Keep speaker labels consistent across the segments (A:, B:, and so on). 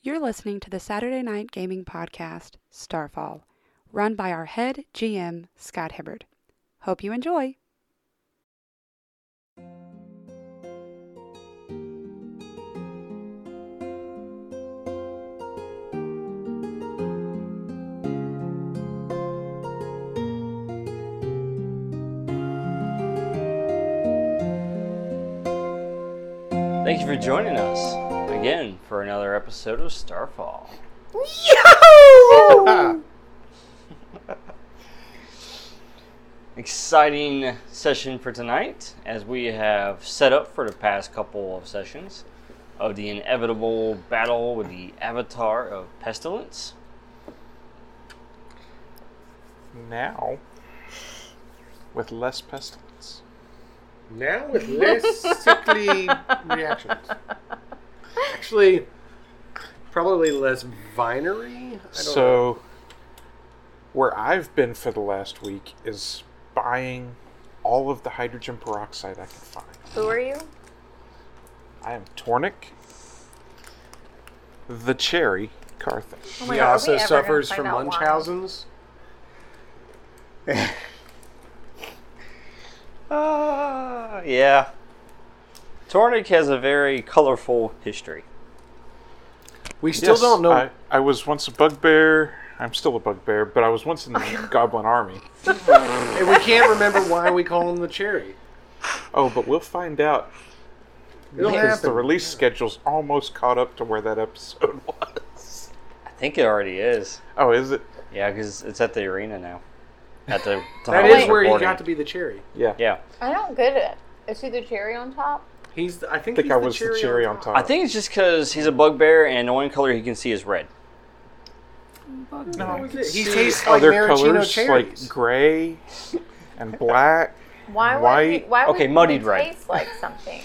A: You're listening to the Saturday Night Gaming Podcast, Starfall, run by our head GM, Scott Hibbard. Hope you enjoy.
B: Thank you for joining us again for another episode of Starfall. Exciting session for tonight, as we have set up for the past couple of sessions of the inevitable battle with the Avatar of Pestilence.
C: now with less pestilence.
D: Now with less sickly reactions. Actually, probably less vinery. I don't know.
C: So, where I've been for the last week is buying all of the hydrogen peroxide I can find.
E: Who are you?
C: I am Tornik, the cherry, Carthage.
E: Oh
D: he
E: God, are
D: also
E: we ever gonna
D: suffers
E: find
D: from
E: out why?
D: Munchausen's.
B: Ah, yeah. Tornik has a very colorful history.
D: We still
C: Yes,
D: don't know.
C: I, I was once a bugbear. I'm still a bugbear, but I was once in the Goblin Army.
D: and we can't remember why we call him the cherry.
C: Oh, but we'll find out
D: It'll
C: because
D: happen.
C: the release schedule's almost caught up to where that episode was.
B: I think it already is.
C: Oh, is it?
B: Yeah, because it's at the arena now. At the
D: That
B: time
D: is
B: of
D: where he
B: recording.
D: got to be the cherry.
C: Yeah.
B: Yeah.
E: I don't get it. Is he the cherry on top?
D: He's. The, I think,
C: I think
D: he's
C: I was the cherry on top.
B: I think it's just because he's a bugbear, and the only color he can see is red.
D: No, he
C: see
D: tastes like
C: other
D: maraschino
C: colors
D: cherries.
C: like gray and black.
E: Why would
C: Why-
E: he, why would
B: okay,
E: he
B: muddied red.
E: taste like something?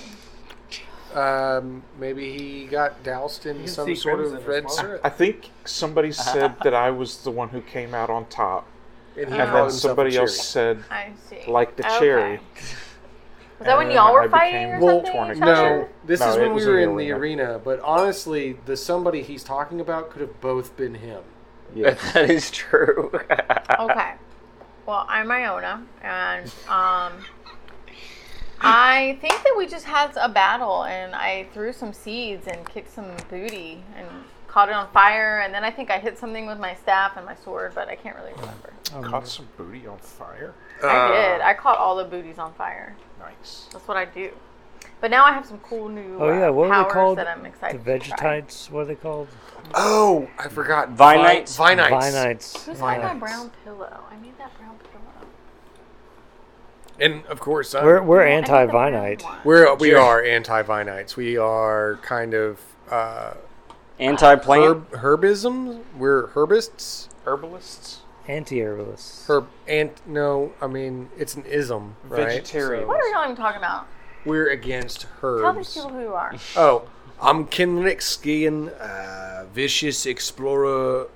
D: um, maybe he got doused in some sort of red syrup,
C: I think somebody said that I was the one who came out on top,
D: and he
C: and
D: called
C: then
D: himself a
C: somebody
D: cherry.
C: else said
E: I see.
C: like the
E: Okay.
C: cherry.
E: Was that when
C: and
E: y'all
C: then
E: were
C: I
E: fighting or
C: became
D: Well,
E: something?
C: torn
E: each
C: again.
D: No,
E: other?
D: this
C: No,
D: is
C: it
D: when we
C: was
D: were
C: in
D: in
C: the
D: the arena, but honestly, the somebody he's talking about could have both been him.
C: Yeah.
B: that is true.
E: Okay. Well, I'm Iona, and um, I think that we just had a battle, and I threw some seeds and kicked some booty and caught it on fire, and then I think I hit something with my staff and my sword, but I can't really remember.
D: Um,
C: Caught some booty on fire. Uh,
E: I did. I caught all the booties on fire.
C: Nice.
E: That's what I do. But now I have some cool new
F: Oh yeah, what
E: uh,
F: are
E: powers
F: they called?
E: that I'm excited to
F: the
E: try.
F: vegetites. What are they called?
D: Oh, I forgot.
B: Vinites?
D: Vi- Vinites.
F: Vinites.
E: Who's got my
F: Vinites.
E: brown pillow? I need that brown pillow.
D: And of course, uh,
F: We're we're
E: I need the brown
F: anti-vinite.
E: one.
D: we're we are anti-Vinites. We are kind of uh,
B: Anti-plant.
D: herb, herbism. We're herbists.
C: Herbalists.
F: Anti-herbalists.
D: Herb and no, I mean it's an ism, right?
C: Vegetarian.
E: What are y'all even talking about?
D: So we're against
E: Tell these
D: herbs.
E: people who you are.
D: Oh, I'm Kenrick Skin, a vicious explorer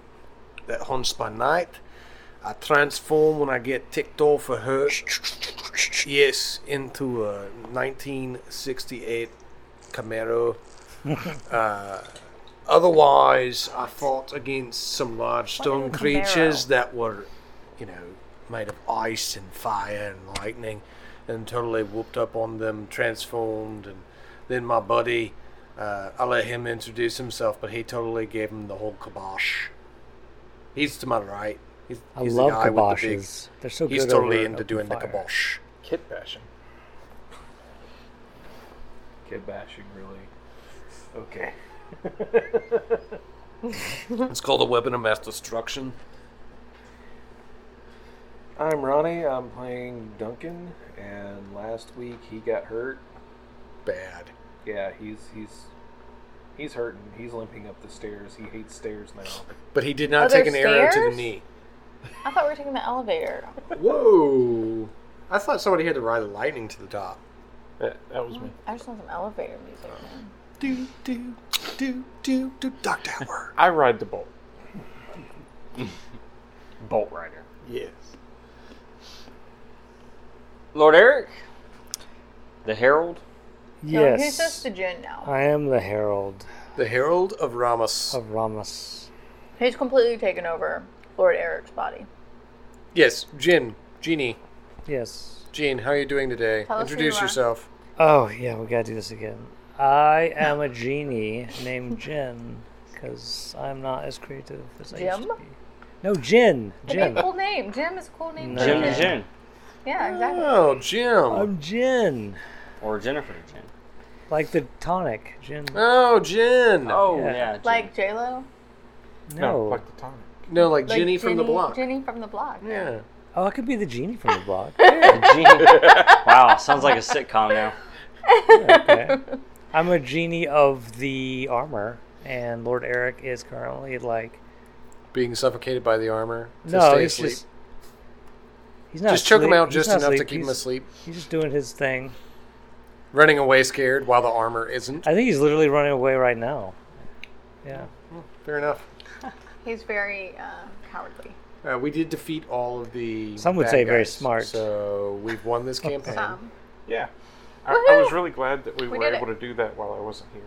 D: that hunts by night. I transform when I get ticked off a hurt. Yes, into uh, a 1968 Camaro. uh, otherwise, I fought against some large
E: What
D: stone
E: is a Camaro?
D: creatures that were, you know, made of ice and fire and lightning, and totally whooped up on them, transformed, and then my buddy, uh, I let him introduce himself, but he totally gave him the whole kibosh. He's to my right. He's,
F: I
D: he's
F: love
D: the guy with the big-
F: kiboshes. They're so good.
D: He's totally
F: over
D: into
F: open
D: doing the
F: fire.
D: kibosh.
C: Kid bashing.
G: Kid bashing, really. Okay.
D: It's called a weapon of mass destruction.
G: I'm Ronnie. I'm playing Duncan, and last week he got hurt.
D: Bad.
G: Yeah, he's he's he's hurting. He's limping up the stairs. He hates stairs now.
D: But he did not
E: Are there
D: take an arrow to the
E: stairs?
D: knee.
E: I thought we were taking the elevator.
D: Whoa! I thought somebody had to ride the lightning to the top.
C: That, that was me.
E: I just want some elevator music. man.
D: Do do do do do. Doctor Howard.
C: I ride the bolt.
B: Bolt Rider.
D: yes.
B: Lord Eric? The Herald?
E: No,
F: Yes.
E: who's just the gin now?
F: I am the herald.
D: The Herald of Ramas.
F: of Ramus.
E: He's completely taken over Lord Eric's body.
D: Yes, Jin. Jeannie.
F: Yes.
D: Jean, how are you doing today?
E: Tell us who
D: Introduce
E: you are.
D: yourself.
F: Oh, yeah, we gotta do this again. I am a genie named Jin, because I'm not as creative as I used
E: Jim?
F: to be. No, Jin.
E: Jim.
F: Jin.
E: cool name. Jim is a cool name.
F: No.
B: Jim
F: Yeah.
B: to Jen.
E: Yeah, exactly.
D: Oh, Jim.
F: I'm Jin.
B: Or Jennifer to Jen.
F: Like the tonic. Jin.
D: Oh, Jin.
B: Oh,
F: Yeah.
B: yeah. Jen.
E: Like J Lo.
C: No,
F: No.
C: like the tonic.
D: No, like,
E: Like
D: Jenny from the block.
E: Jenny from the block.
D: Yeah.
F: Oh, I could be the genie from the block.
B: Jean. wow, sounds like a sitcom now.
F: okay. I'm a genie of the armor, and Lord Eric is currently like
D: Being suffocated by the armor. To
F: no,
D: stay
F: he's
D: asleep.
F: just he's not
D: Just choke him
F: asleep-
D: out
F: he's
D: just
F: not
D: enough to
F: asleep,
D: keep him
F: he's-
D: asleep.
F: He's just doing his thing.
D: Running away scared while the armor isn't.
F: I think he's literally running away right now. Yeah.
D: Fair enough.
E: He's very uh, cowardly.
D: Uh, we did defeat all of the.
F: Some would
D: bad
F: say very
D: guys,
F: smart.
D: So we've won this campaign.
E: Some.
C: Yeah. I, I was
E: Woohoo!
C: really glad that we,
E: We
C: were
E: did
C: able
E: it.
C: to do that while I wasn't here.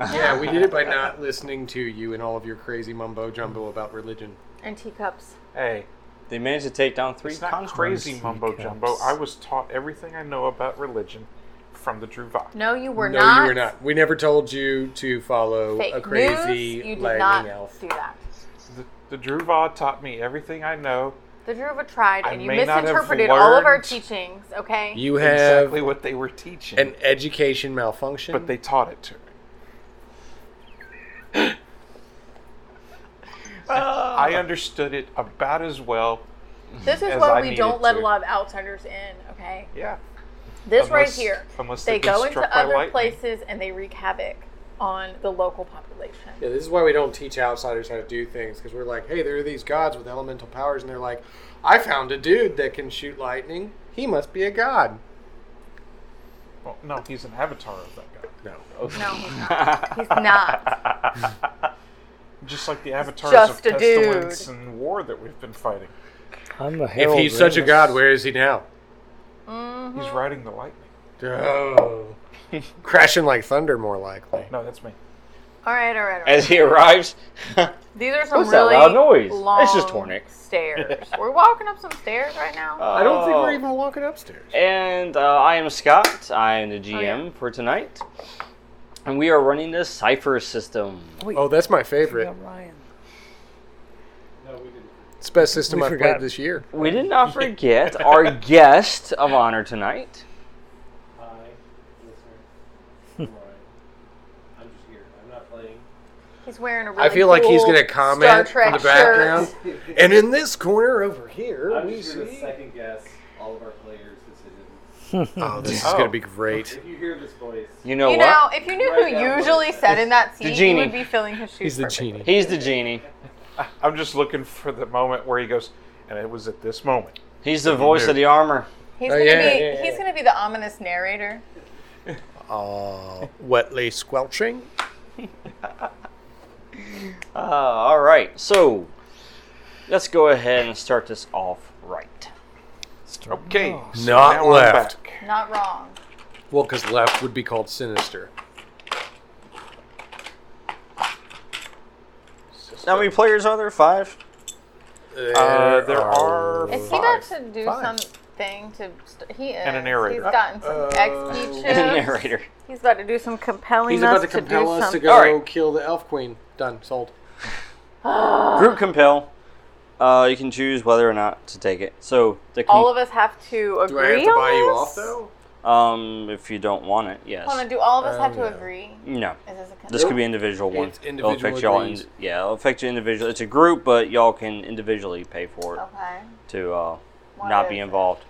D: Yeah, we did it by not listening to you and all of your crazy mumbo jumbo about religion.
E: And teacups.
C: Hey,
B: They managed to take down three
C: it's not
B: conquerors.
C: crazy mumbo
F: cups.
C: jumbo. I was taught everything I know about religion from the Druvak.
E: No, you were
D: no,
E: not.
D: you were not. We never told you to follow
E: Fake
D: a crazy
E: news. You did
D: lightning
E: not
D: elf.
E: do that.
C: The, the Druva taught me everything I know,
E: The Druva tried,
C: I
E: and you
C: may not have
E: misinterpreted all of our
C: learned-
E: teachings. Okay.
D: You have
C: exactly what they were teaching,
D: an education malfunction.
C: but they taught it to me.
E: Ah.
C: I understood it about as well.
E: this is
C: as
E: why
C: I
E: we
C: needed
E: don't let
C: to.
E: a lot of outsiders in. Okay.
C: Yeah.
E: This right
C: Unless-
E: here.
C: unless
E: they
C: they've been
E: go into
C: struck by
E: other
C: lightning.
E: places and they wreak havoc on the local population.
D: Yeah, this is why we don't teach outsiders how to do things because we're like, hey, there are these gods with elemental powers, and they're like, I found a dude that can shoot lightning. He must be a god.
C: Well, no, he's an avatar of that guy.
D: No.
E: No, he's not. He's not.
C: Just like the avatars
E: just
C: of
E: a dude.
C: pestilence and war that we've been fighting.
F: I'm a
D: If
F: herald.
D: he's such a
F: Ramus.
D: god, where is he now?
C: He's riding the lightning.
D: Oh. Crashing like thunder, more likely.
C: No, that's me.
E: All right, all right. All right.
B: As he arrives,
E: These are some
B: What's that
E: really
B: loud noise?
E: long
B: It's just Tornik.
E: stairs. we're walking up some stairs right now.
C: Uh,
D: I don't think
B: Oh.
D: we're even walking upstairs.
B: And uh, I am Scott. I am the GM
E: yeah.
B: for tonight. And we are running the Cypher system.
D: Oh, that's my favorite.
F: Yeah, Ryan.
D: It's the best system
F: We
D: I've
F: forgot.
D: played this year.
B: We did not forget our guest of honor tonight.
E: He's wearing a really
D: I feel like he's
E: cool
D: going to
E: Star
D: comment
E: Trek
D: from the background. and in this corner over here,
H: I'm
D: we
H: just going to
D: see.
H: second guess all of our players' decisions.
D: Oh, this is
C: Oh.
D: going to be great.
H: If you hear this voice,
B: You
E: shirt.
B: know
E: You
B: what?
E: know, if you knew
H: Right
E: who
H: now,
E: usually sat in that seat, you
B: genie.
E: would be filling his shoes.
D: He's the
E: perfectly.
D: genie.
B: He's the genie.
C: I'm just looking for the moment where he goes, and it was at this moment.
B: He's the voice of the armor.
E: He's
D: Oh,
E: gonna
D: yeah,
E: be.
D: yeah, yeah.
E: He's gonna be the ominous narrator.
D: Uh, wetly squelching.
B: Uh, all right, so let's go ahead and start this off right.
C: Okay.
E: Oh.
C: so
D: Not
C: now I'm
D: left.
C: back.
E: Not wrong.
D: Well, because left would be called sinister.
B: How many players are there? Five.
D: There,
C: Uh, there are
E: Is he got
C: five.
E: to do
D: Five.
E: something to? St- he is.
C: And a narrator.
E: He's gotten some
D: Uh,
E: XP chips.
B: And a narrator.
E: He's about to do some compelling
D: He's
E: us
D: about to
E: do
D: compel us to
E: something.
D: go
B: All right.
D: kill the elf queen. Done. Sold.
B: Group compel. Uh, you can choose whether or not to take it. So the com-
E: Oh, All of us have to agree.
D: Do I have to buy you
E: on
D: off
E: this?
D: though?
B: um, if you don't want it,
E: Hold on,
B: yes.
E: do all of us have to
D: no.
E: agree?
B: No.
E: Is this a con-
B: This could be individual one.
D: It's
B: It'll affect
D: individual
B: y'all.
D: agrees.
B: indi- yeah, it'll affect you individually. It's a group, but y'all can individually pay for it
E: Okay.
B: to uh,
E: What
B: not
E: is
B: be
E: it?
B: involved.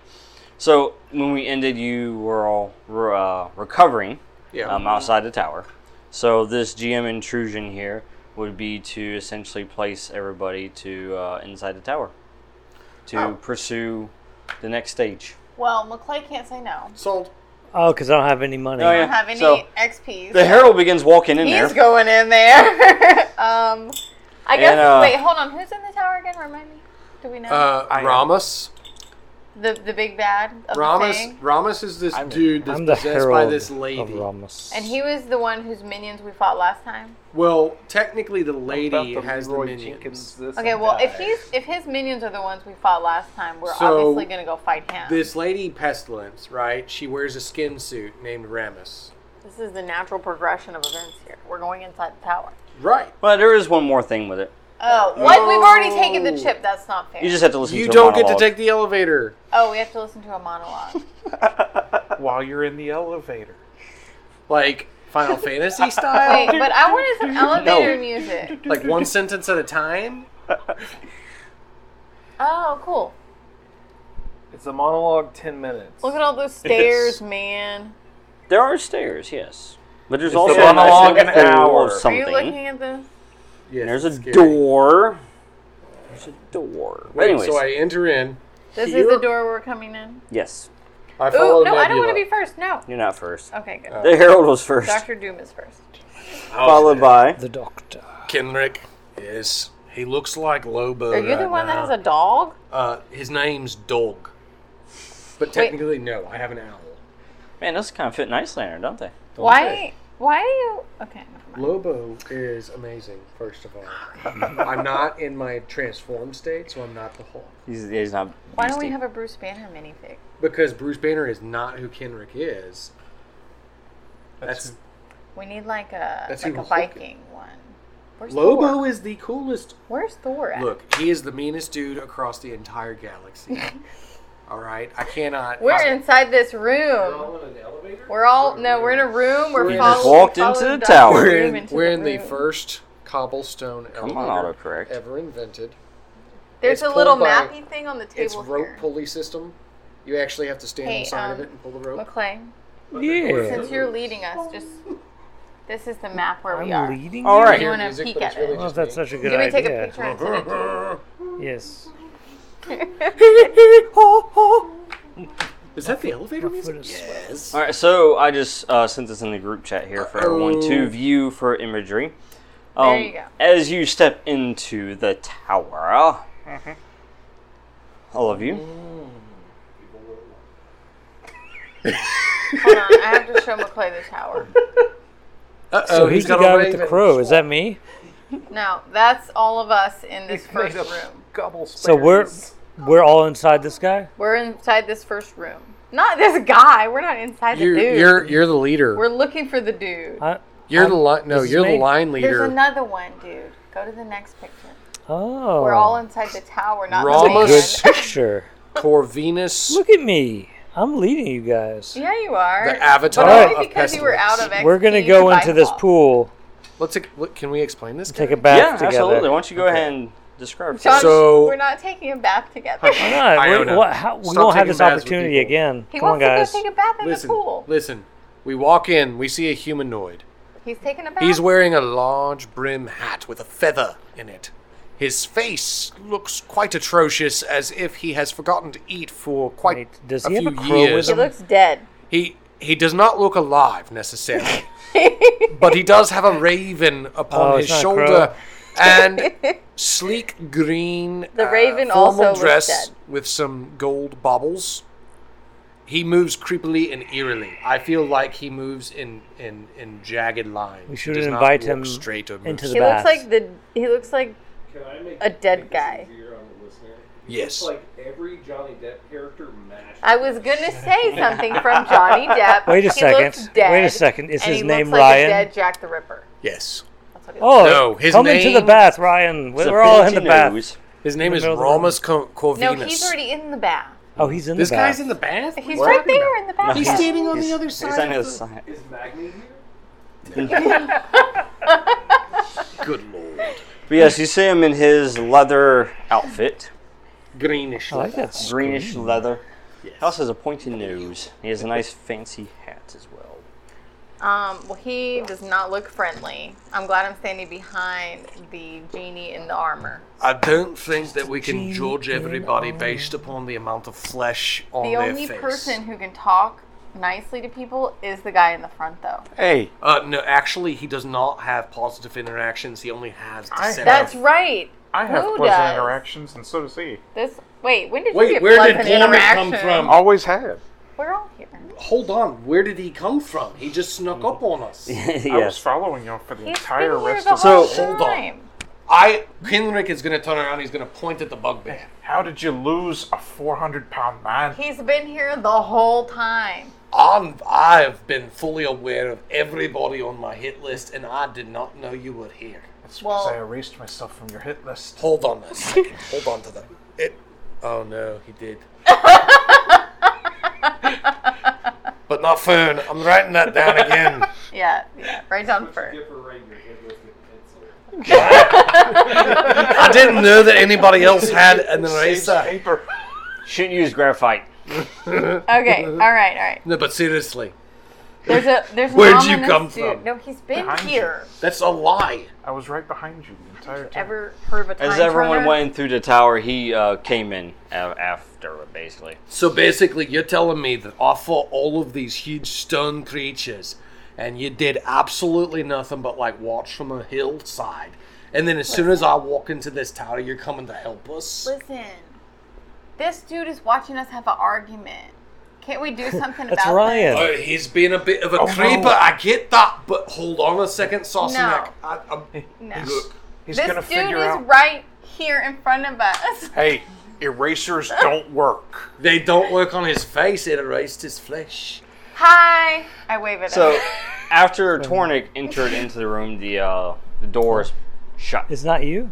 B: So when we ended, you were all re- uh, recovering
D: Yeah.
B: um, outside the tower. So this GM intrusion here would be to essentially place everybody to uh, inside the tower to pursue the next stage.
E: Well, McClay can't say no.
D: Sold.
F: Oh, because I don't have any money.
B: Oh,
E: I
B: yeah.
E: don't have any
B: So-
E: XPs.
B: The herald begins walking in
E: He's
B: there.
E: going in there. um, I guess.
B: And, uh,
E: wait, hold on. Who's in the tower again? Remind me. Do we know
D: Uh,
C: I am.
D: Ramos.
E: the the big bad of the
D: Ramos.
E: thing?
D: Ramos is this dude that's
F: I'm the
D: possessed by
F: herald
D: this
F: of
D: lady.
F: Ramus.
E: And he was the one whose minions we fought last time.
D: Well, technically, the
G: About
D: lady
G: the
D: has the
G: Leroy
D: minions.
G: Jenkins this
E: Okay,
G: and
E: well,
G: that.
E: if he's if his minions are the ones we fought last time, we're
D: So,
E: obviously gonna go fight him. This,
D: This lady, Pestilence, right? She wears a skin suit named Ramus.
E: is the natural progression of events here. We're going inside the tower.
D: Right.
B: But there is one more thing with it.
E: Oh, what? We've already taken the chip. That's not fair.
B: You just have to listen
D: You
B: to a
D: don't get to
B: monologue.
D: take the elevator.
E: oh, we have to listen to a monologue.
C: while you're in the elevator.
D: Like Final Fantasy
E: Wait,
D: style?
E: but I wanted some elevator music.
D: Like one sentence at a time?
E: Oh, cool.
G: It's a monologue, ten minutes.
E: Look at all those stairs, man.
B: There are stairs, yes. But there's
G: Is the
B: also
G: monologue
B: a nice
G: an
B: little hole
G: hour?
B: of
E: Are you
B: something.
E: looking at this?
D: Yes,
B: There's a
D: it's scary.
B: door. There's a door. But
D: Wait,
B: anyways,
D: so I enter in.
E: This is
D: Here?
E: the door we're coming in.
B: yes,
D: I follow
E: Ooh, no, I don't want
D: Nebula.
E: to be first. No.
B: you're not first.
E: Okay,
D: Uh,
E: good.
B: The Herald was first,
E: Doctor Doom is first.
B: followed by
F: The doctor.
D: Kenrick. Yes. He looks like Lobo.
E: Are you the
D: right
E: one that
D: now.
E: has a dog?
D: Uh, his name's Dog. But technically, no, I have an owl.
B: man. Those kind of fit nicely in there, don't they?
D: Don't
E: Why? Why do you? Okay. never
D: they? Lobo is amazing, first of all. I'm not in my transform state, so I'm not the Hulk.
B: He's, he's not.
E: Why don't we have a Bruce Banner minifig?
D: Because Bruce Banner is not who Kenrick is. That's,
E: We need like a
D: That's
E: like
D: who
E: a
D: Hulk-
E: Viking one. Where's
D: Lobo
E: Thor?
D: is the coolest.
E: Where's Thor at?
D: Look, he is the meanest dude across the entire galaxy. all right, I cannot.
E: We're
D: I-
E: inside this room.
H: All in an elevator?
E: We're all no. We're in a room. We're
D: We
E: following.
D: just
B: walked
E: we followed
B: into the
E: Dr.
B: tower.
D: We're
E: Doom
D: in,
E: into
D: we're in the
E: room.
D: first cobblestone
B: Come on,
D: elevator
B: autocorrect.
D: ever invented.
E: There's
D: it's
E: a little
D: pulled by-
E: mappy thing on the table
D: It's rope
E: here.
D: pulley system. You actually have to stand
E: Hey,
D: inside of
E: um,
D: it and pull the rope.
E: McClane,
F: Yeah.
E: since you're leading us, just this is the map where we
F: I'm
E: are.
F: leading.
B: All
F: you?
B: right.
E: You
D: Hear
E: wanna
D: music,
E: peek
D: but it's
E: at it?
D: really Uh-huh.
F: Well,
D: just
F: if that's
D: me.
F: such a good
E: Can we
F: idea.
E: take a picture and send it to you?
F: Yes.
D: Is that the elevator music?
F: foot is
D: Yes.
B: All right, so I just uh, sent this in the group chat here for everyone to view for imagery. Um,
E: you go.
B: As you step into the tower, all of you,
E: Hold on, I have to show McClay the tower.
D: Uh-oh,
F: So who's the
D: got
F: guy
D: a
F: with the
D: raven.
F: crow? Is that me?
E: No, that's all of us in this
G: made
E: first
G: up
E: room.
G: gobble
F: So we're
G: spares.
F: we're all inside this guy.
E: We're inside this first room. Not this guy. We're not inside
D: You're,
E: the dude.
D: you're you're the leader.
E: We're looking for the dude.
F: I,
D: you're
F: I'm-
D: the line. No,
F: this is
D: you're the
F: me.
D: line
E: There's
D: leader.
E: another one, dude. Go to the next picture.
F: oh.
E: We're all inside the tower, not
F: Good
D: Ramos.
E: the man.
F: picture.
D: Corvinus,
F: Look at me. I'm leading you guys.
E: Yeah, you are.
D: the avatar
E: But only
D: of
E: because you were out of
D: pestilence.
E: XP
F: We're gonna go
E: by
F: into this
E: default.
F: pool,
D: Let's ex- look, can we explain this?
F: take
D: guy?
F: a bath
B: yeah,
F: together.
B: absolutely. Why don't you go ahead and describe?
E: Josh,
D: So-
E: we're not taking a bath together.
F: Why not?
D: I
F: We-
D: don't know.
F: what- how- we
D: Stop
F: won't have
D: taking
F: this
D: baths with
F: opportunity
D: people.
F: again.
E: He
F: Come on,
E: wants
F: guys.
E: to go take a bath in
D: listen,
E: the pool.
D: listen. We walk in. We see a humanoid.
E: He's taking a bath.
D: He's wearing a large brim hat with a feather in it. His face looks quite atrocious, as if he has forgotten to eat for quite
F: Wait, does
D: a
F: he have
D: few
F: a crow with
D: years.
E: he looks dead.
D: He he does not look alive necessarily, but he does have a raven upon
F: Oh,
D: his
F: it's not a
D: shoulder, and sleek green. uh,
E: The raven
D: formal
E: also looks
D: dress
E: dead.
D: with some gold baubles. He moves creepily and eerily. I feel like he moves in in, in jagged lines. He
F: We should
D: does not
F: invite
D: walk
F: him
D: straight or move
F: into the
E: He
F: bath.
E: looks like the. He looks like
H: Can I make
E: A dead
H: make this
E: guy.
H: easier on the listener?
D: Yes.
H: It's like every Johnny Depp character mashed.
E: I was gonna say something from Johnny Depp.
F: Wait
E: He
F: a second.
E: looks dead,
F: Wait a second. Is
E: and
F: his
E: he
F: name
E: looks like
F: Ryan?
E: A dead Jack the Ripper.
D: Yes.
E: That's what he looks
F: Oh,
D: No, his
F: come
D: name-
F: into the bath, Ryan. We're,
B: It's a
F: we're all in the
B: fancy
F: bath.
B: nose.
D: His name
F: the
D: is
F: middle of the
D: Ramos Co-
E: like.
D: Corvinus.
E: No, he's already in the bath.
F: Oh, he's in
D: This
F: the bath.
D: guy's in the bath. What are
E: He's
D: you
E: right
D: talking
E: there
D: about?
E: in the bath.
D: He's standing on
B: He's-
D: the other
B: He's on
D: side.
B: the
D: of
B: other
D: the-
B: side.
H: Is Magni here?
D: Good lord.
B: But yes, you see him in his leather outfit,
D: Greenish.
F: I like
D: leather.
F: that.
B: greenish leather.
D: Yes.
B: He also has a pointy nose. He has a nice fancy hat as well.
E: Um, well, he does not look friendly. I'm glad I'm standing behind the genie in the armor.
D: I don't think that we can judge everybody based upon the amount of flesh on
E: The
D: their
E: only
D: face.
E: person who can talk nicely to people is the guy in the front, though.
B: Hey,
D: Uh, no, actually, he does not have positive interactions. He only has deceptive.
E: That's right.
C: I have
E: Who
C: pleasant
E: does?
C: interactions, and so does he.
E: This wait, when did
D: Wait,
E: you get
D: where did
E: pleasant
D: Gorman come
E: interaction?
D: from?
C: Always had.
E: We're all here.
D: Hold on, where did he come from? He just snuck up on us.
C: I was
B: yes.
C: following y'all for the
E: He's
C: entire
E: been here
C: rest
E: the
C: of.
E: whole
B: So-
D: Hold on.
E: time.
D: I Kenrick is gonna turn around. He's gonna point at the bugbear.
C: How did you lose a 400 pound man?
E: He's been here the whole time.
D: I'm, I've been fully aware of everybody on my hit list, and I did not know you were here.
C: That's
E: well-
C: because I erased myself from your hit list.
D: Hold on a second. Hold on to that. It. Oh no, he did. but not fern. I'm writing that down again.
E: Yeah, yeah. Right down first.
H: Get for writing your headless pencil.
D: I didn't know that anybody else had an eraser.
C: Paper.
B: Shouldn't use graphite.
E: Okay, all right, all right.
D: No, but seriously,
E: There's a there's. an
D: Where'd you
E: ominous
D: come
E: dude.
D: from?
E: No, he's been
C: Behind you.
E: here.
D: that's a lie.
C: I was right behind you the entire time.
E: Ever heard of a time
B: As everyone
E: turner?
B: went through the tower, he uh, came in a- after, basically.
D: So basically, you're telling me that I fought all of these huge stone creatures, and you did absolutely nothing but like watch from a hillside. And then as soon as I walk into this tower, you're coming to help us.
E: Listen, this dude is watching us have an argument. Can't we do something
F: That's
E: about
F: Ryan.
D: Oh, he's being a bit of a
C: Oh,
D: creeper.
C: no.
D: I get that, but hold on a second, Saucy
E: No.
D: Mac. I, I'm,
E: this? No.
D: look,
C: He's
E: this
C: gonna
E: dude
C: figure
E: is
C: out.
E: right here in front of us.
C: Hey, erasers don't work.
D: they don't work on his face; it erased his flesh.
E: Hi. I wave it.
B: So, after Tornik entered into the room, the uh, the doors shut.
F: It's not you?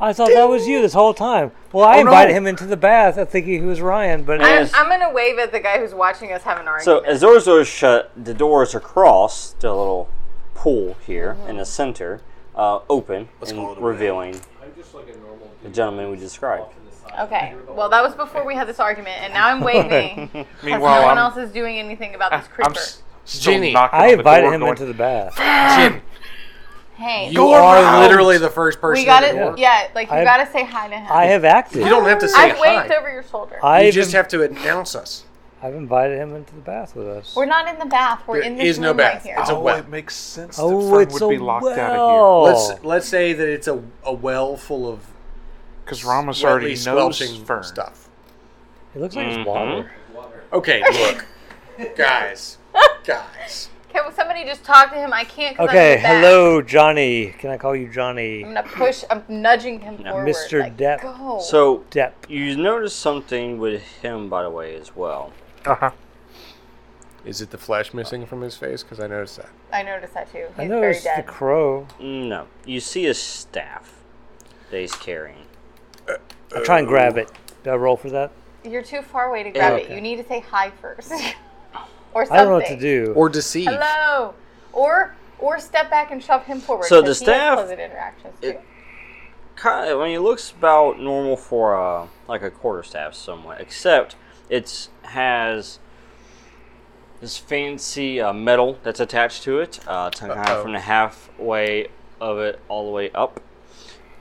F: I thought that was you this whole time. Well,
D: Oh,
F: I invited him into the bath thinking he was Ryan, but
E: I'm,
B: Yes.
E: I'm gonna wave at the guy who's watching us have an argument.
B: So as those doors shut, the doors across the little pool here in the center uh, open
D: call it a
B: and revealing
H: I'm just like a normal
B: the
H: dude
B: gentleman we described.
H: on the side.
E: okay. Well, that was before we had this argument, and now I'm waving. 'cause
C: Meanwhile,
E: no one
C: I'm,
E: else is doing anything about this creeper.
C: I'm s- still
D: Ginny,
C: knocking
F: I
C: on the
F: invited
C: door
F: him
C: going,
F: into the bath.
E: Um,
D: Jim,
E: hey,
D: you are literally the first person.
E: we gotta
D: in the door.
E: yeah, like you
F: I've-
E: gotta say hi to him.
F: I have acted.
D: You don't have to say
E: I've
D: hi.
E: waved over your shoulder.
D: You
F: I've,
D: just
F: in-
D: have to announce us.
F: I've invited him into the bath with us.
E: We're not in the bath. We're
D: There
E: in this
D: is
E: room
D: no
E: right
D: bath.
E: here.
D: It's a
C: oh,
D: well.
C: it makes sense that
F: oh,
C: Fern
F: it's
C: would
F: a
C: be locked
F: well.
C: out of here
D: Let's let's say that it's a, a well full of
C: because Ramos
D: slightly
C: already knows
D: squelching
C: Fern.
D: stuff.
F: It looks like
B: Mhm.
F: it's
D: Mm-hmm.
F: water.
D: Okay, look, guys, guys.
E: Can somebody just talk to him? I can't. 'cause I'm in
F: Okay,
E: the back. Mm-hmm.
F: hello, Johnny. Can I call you Johnny
E: I'm gonna push. I'm nudging him forward.
F: Mr.
E: Like,
F: Depp.
E: Go.
B: So
F: Depp?
B: you noticed something with him, by the way, as well.
C: Uh huh.
D: Is it the flesh missing from his face? Because I noticed that.
E: I noticed that too. He's
F: I know
E: very
F: it's the
E: dead.
F: crow.
B: No, you see a staff that he's carrying.
F: I try and grab it. Do I roll for that?
E: You're too far away to grab it.
D: okay.
E: You need to say hi first, or something.
F: I don't know what to do.
D: Or deceive.
E: Hello, or or step back and shove him forward.
B: So the
E: 'cause he has
B: staff-
E: pleasant interactions too.
B: it- Kind of, I mean, it looks about normal for uh, like a quarterstaff somewhat, except it's has this fancy uh, metal that's attached to it, uh, to kind of
D: Uh-oh.
B: from the halfway of it all the way up.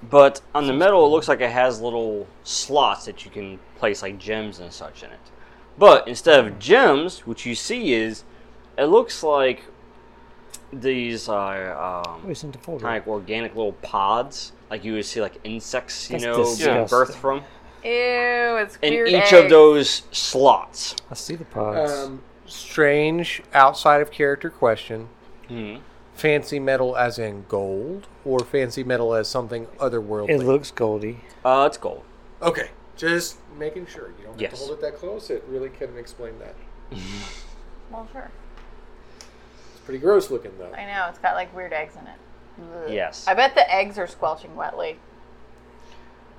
B: But on the metal, it looks like it has little slots that you can place like gems and such in it. But instead of gems, what you see is it looks like these uh, um,
F: It's into folder.
B: kind of like organic little pods, like you would see like insects, you
F: That's
B: know,
F: disgusting.
B: being birthed from.
E: Ew, it's
B: In
E: weird.
B: each
E: eggs.
B: of those slots.
F: I see the pods.
D: Um, strange outside of character question. Hmm.
B: Mhm.
D: Fancy metal as in gold, or fancy metal as something otherworldly.
F: it looks goldy.
B: Uh, it's gold.
D: okay. Just making sure you don't
B: Yes.
D: it that close. It really can explain that.
E: Well, sure.
D: It's pretty gross looking though.
E: I know it's got like weird eggs in it. Ugh.
B: Yes.
E: I bet the eggs are squelching wetly.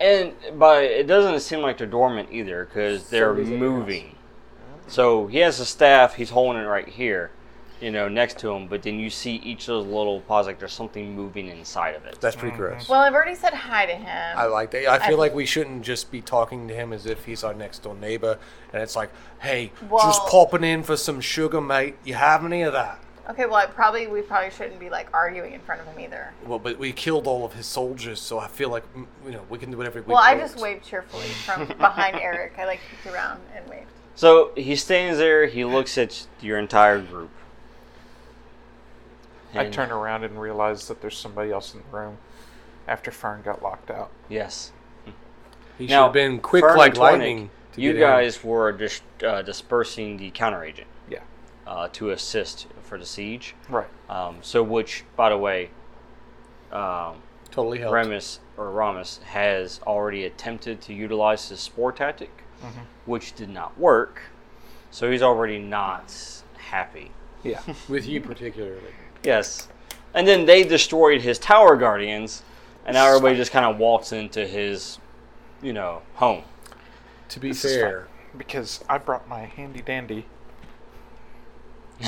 B: And but it doesn't seem like they're dormant either because they're
D: Somebody's in the
B: moving. So he has a staff. He's holding it right here, you know, next to him. But then you see each of those little pods like there's something moving inside of it.
D: That's pretty gross.
E: Well, I've already said hi to him.
D: I like that. I feel
E: I-
D: like we shouldn't just be talking to him as if he's our next door neighbor, and it's like, hey, just
E: Well-
D: popping in for some sugar, mate. You have any of that?
E: okay, well, I probably we probably shouldn't be like arguing in front of him either.
D: Well, but we killed all of his soldiers, so I feel like mm, you know we can do whatever we
E: Well, I
D: want.
E: just waved cheerfully from behind Eric. I like peeked around and waved.
B: So he stands there. He looks at your entire group.
C: I
B: And-
C: turn around and realize that there's somebody else in the room after Fern got locked out.
B: Yes.
D: He should
B: Now,
D: have been quick
B: Fern
D: like
B: and Tornik,
D: lightning. to
B: You
D: get out.
B: guys were dis- uh, dispersing the counter agent
C: Yeah.
B: uh, to assist for the siege.
C: Right.
B: Um, so, which, by the way, um,
D: totally helped.
B: Remus or Ramus has already attempted to utilize his spore tactic,
D: Mm-hmm.
B: which did not work. So he's already not happy.
C: Yeah.
D: with you particularly.
B: Yes. And then they destroyed his tower guardians, and now everybody just kind of walks into his, you know, home.
D: To be
C: This is
D: fair,
C: fine, because I brought my handy dandy.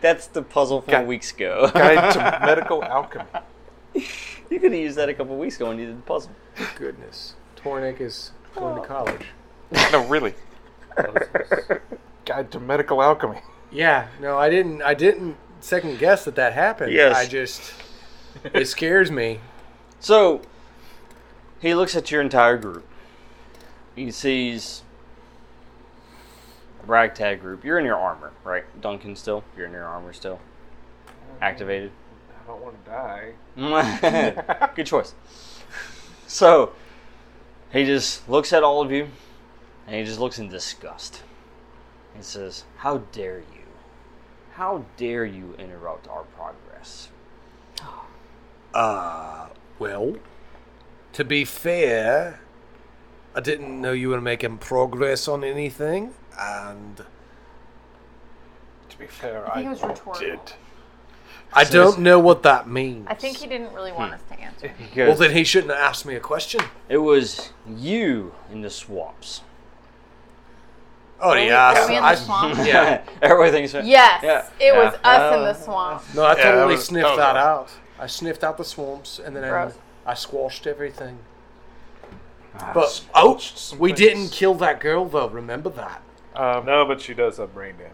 B: That's the puzzle from
C: Got-
B: weeks ago.
C: Guide to medical alchemy.
B: you could have used that a couple weeks ago when you did the puzzle.
D: goodness, Tornick is
B: Oh.
D: going to college.
C: No, really. Guide to medical alchemy.
D: Yeah, no, I didn't. I didn't second guess that that happened.
B: Yes.
D: I just it scares me.
B: So he looks at your entire group. He sees a ragtag group. You're in your armor, right? Duncan still? You're in your armor still? Activated?
G: I don't want to die.
B: Good choice. So he just looks at all of you and he just looks in disgust. He says, How dare you? How dare you interrupt our progress?
D: Well, to be fair, I didn't know you were making progress on anything, and
G: To be fair,
E: I think it
G: I
E: was rhetorical.
D: I don't know what that means.
E: I think he didn't really want us to answer.
B: Because
D: Well, then he shouldn't have asked me a question.
B: it was you in the swamps.
D: Oh
E: Were we-
D: yeah,
E: were we in the
D: I-
E: swamp?
D: yeah.
B: Everything's right.
E: Yes,
B: Yeah.
E: it was
B: Yeah.
E: us in the swamp.
D: No, I
C: Yeah, that
D: totally
C: was-
D: sniffed
C: that was
D: that
C: gross.
D: out. I sniffed out the swamps, and then I,
E: Gross.
D: I squashed everything.
C: Ah,
D: But oh, we didn't kill that girl though. Remember that?
C: Um,
G: no, but she does have brain damage.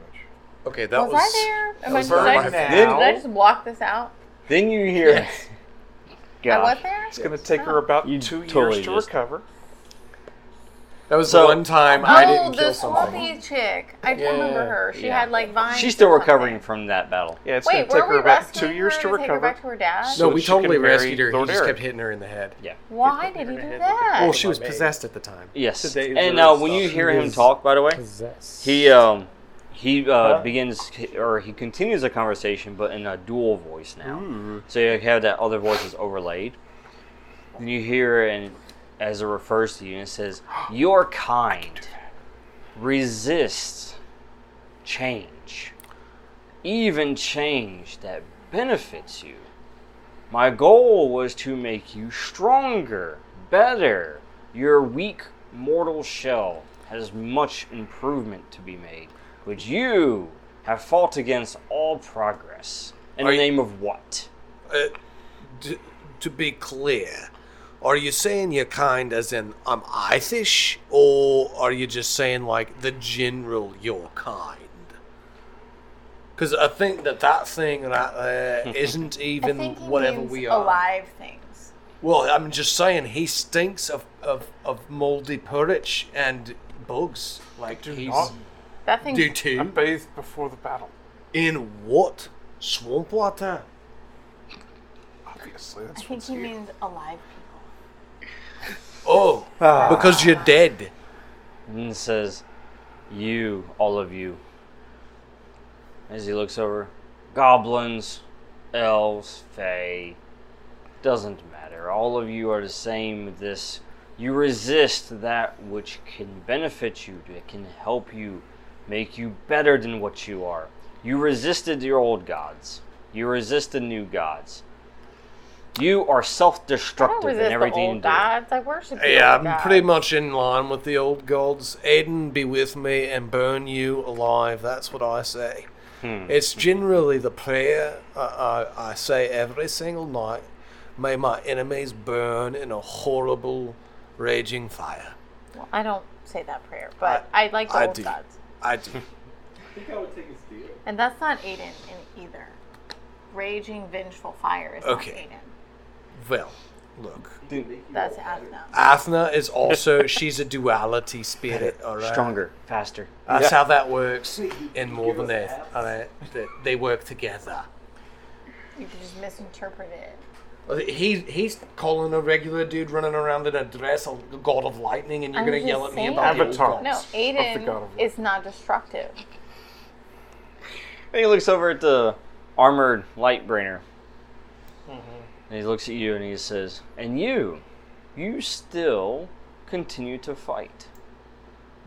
D: Okay, that
E: was,
D: was.
E: I there? Am I,
D: was
E: did, I
D: very
E: just,
D: bad.
E: did I just walk this out?
B: Then you hear.
E: I was
B: Gosh.
E: there?
C: It's going to take her about
B: You
C: two
B: totally
C: years to
B: just-
C: recover.
D: That was
B: So-
D: the one time I
E: Oh,
D: didn't
E: the
D: kill something.
E: swampy chick. I do remember
D: Yeah,
E: her. She
B: yeah.
E: had like vines.
B: She's still
E: or
B: recovering
E: something.
B: from that battle.
C: Yeah, it's
E: Wait,
C: going to take
E: were we
C: her about two
E: rescuing
C: years
E: her
C: to
E: to take her
C: recover.
E: back to her dad?
C: So
D: no, we
C: she can
D: totally
C: marry
D: rescued her.
C: Lord
D: he just
C: Eric. Oh,
D: kept hitting her in the head.
B: Yeah.
E: Why did he do
D: Well,
E: that?
D: she was possessed at the time.
B: Yes.
G: Today is
B: And
G: really
B: uh, when
G: tough.
B: you hear
F: She
B: him
F: is-
B: talk, by the way,
F: Possess.
B: he um, he uh, begins or he continues the conversation, but in a dual voice now. So you have that other voice is overlaid. Then you hear and as it refers to you and it says, "Your kind resists change, even change that benefits you." My goal was to make you stronger, better. Your weak mortal shell has much improvement to be made, but you have fought against all progress. In
D: Are
B: the
D: you-
B: name of what?
D: D- to be clear, are you saying you're kind as in I'm Ithish, or are you just saying like the general you're kind? Because I think that that thing right there isn't
E: I
D: even
E: think he
D: whatever
E: means
D: we are.
E: alive things.
D: Well, I'm just saying he stinks of, of, of moldy porridge and bugs. Like
C: Do
D: he's
C: not
E: That thing.
D: do
C: I
D: too.
C: bathed before the battle.
D: In what swamp water?
C: Obviously,
E: I
C: that's
E: think
C: what's
E: he
C: here.
E: means alive people.
C: Ah.
D: Oh, because you're dead.
B: And it says, You, all of you. As he looks over, goblins, elves, fae, doesn't matter. All of you are the same with this. You resist that which can benefit you, that can help you, make you better than what you are. You resisted your old gods. You resist the new gods. You are
E: I don't
B: self-destructive in
E: resist the
B: everything
E: old
B: you do.
E: gods. I worship the
D: Yeah,
E: old
D: I'm
E: gods.
D: pretty much in line with the old gods. Aiden, be with me and burn you alive. That's what I say. It's generally the prayer I, I, I say every single night. May my enemies burn in a horrible, raging fire.
E: Well, I don't say that prayer, but I, like the
D: I
E: old
D: do.
E: gods.
D: I do.
H: I think I would take his deal.
E: And that's not Aiden in either. Raging vengeful fire is
D: Okay.
E: not Aiden.
D: well, look.
E: That's Athna.
D: Athna is also she's a duality spirit. All right,
B: Stronger, faster.
D: That's how that works in more than Earth. All right, that they work together.
E: You can just misinterpret it.
D: He he's calling a regular dude running around in a dress a god of lightning, and you're
E: I'm
D: gonna
E: just
D: yell at me
E: saying.
D: about the old
C: Avatar.
D: gods.
E: No,
C: God
E: Aiden
C: of War.
E: is not destructive.
B: And he looks over at the armored lightbringer. And he looks at you and he says, And you, you still continue to fight.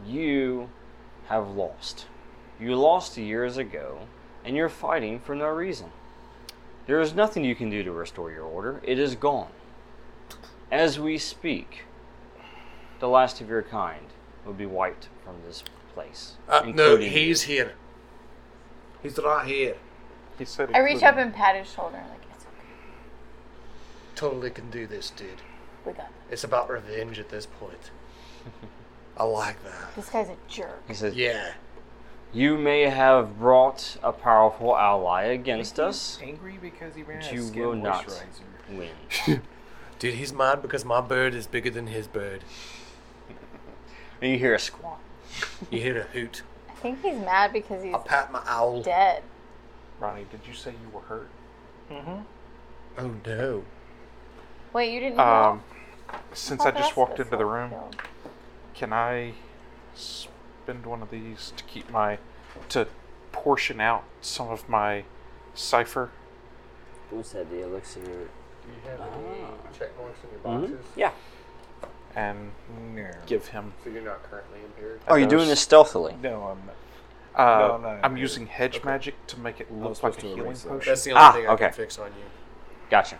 B: You have lost. You lost years ago, and you're fighting for no reason. There is nothing you can do to restore your order, it is gone. As we speak, the last of your kind will be wiped from this place.
D: Uh, no,
B: including you.
D: he's here. He's right here.
C: He said.
E: I reach up and pat his shoulder, like it's okay.
D: Totally can do this, dude.
E: We got
D: It's about revenge at this point. I like that.
E: this. This guy's a jerk.
B: He says,
D: Yeah.
B: You may have brought a powerful ally against us.
G: Angry because he ran
B: But
G: out
B: you
G: of skin
B: will not.
G: moisturizer.
B: Win.
D: Dude, he's mad because my bird is bigger than his bird.
B: And you hear a squawk.
D: You hear a hoot.
E: I think he's mad because he's
D: I pat my owl.
E: dead.
C: Ronnie, did you say you were hurt?
D: Oh no.
E: Wait, you didn't. heal?
C: Um, since I
E: Thought the
C: just
E: rest
C: walked
E: of us
C: into the
E: all
C: room,
E: healed.
C: can I spend one of these to keep my to portion out some of my cipher?
B: What's that deal? Looks at your.
D: Do you have any check marks in your
B: Mhm. Yeah.
C: and
G: No.
C: give him.
D: So you're not currently impaired.
B: Are you
C: those-
B: doing this stealthily?
G: No, I'm not.
C: Uh,
G: um, No, I'm
C: I'm,
G: not angry.
C: using hedge magic to make it look like
G: supposed
C: a
G: to
C: healing
G: erase that.
C: potion,
D: That's the only
B: Ah,
D: thing I
B: okay.
D: can fix on you.
B: Gotcha.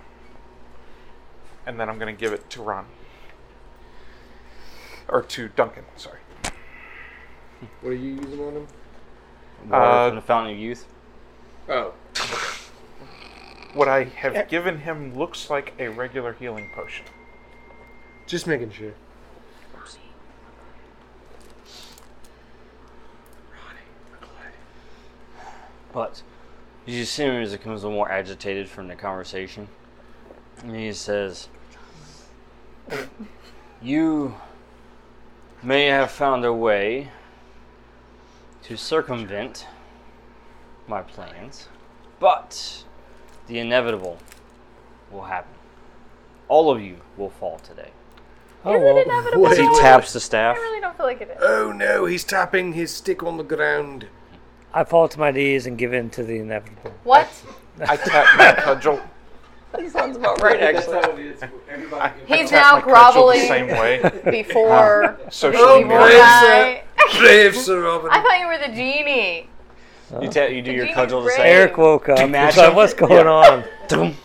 C: and then I'm going to give it to Ron or to Duncan. Sorry,
D: What are you using on him?
B: Water
C: Uh,
B: from the fountain of youth.
D: Oh.
C: what I have given him looks like a regular healing potion.
D: Just making sure.
B: But you see him as he becomes a little more agitated from the conversation. And he says, You may have found a way to circumvent my plans, but the inevitable will happen. All of you will fall today.
F: Oh,
E: Is it inevitable?
D: Wait.
B: He
E: though?
B: taps the staff.
E: I really don't feel like it is.
D: Oh no, he's tapping his stick on the ground.
F: I fall to my knees and give in to the inevitable.
E: What?
C: I tap my cudgel.
B: Right,
H: That's how it is. for Everybody.
E: He's
C: tap
E: now
C: my cudgel the
E: groveling Oh,
C: same Oh, way.
E: before
C: Socially
E: the evil
D: Brave
C: mirrored.
E: guy.
D: sir. Brave Sir Robin.
E: I thought you were the genie.
B: You, tap, you do your
E: Genius
B: cudgel to
E: brain.
B: say,
F: Eric woke up. and
B: match
F: was like,
B: him?
F: What's going on?
B: Dum.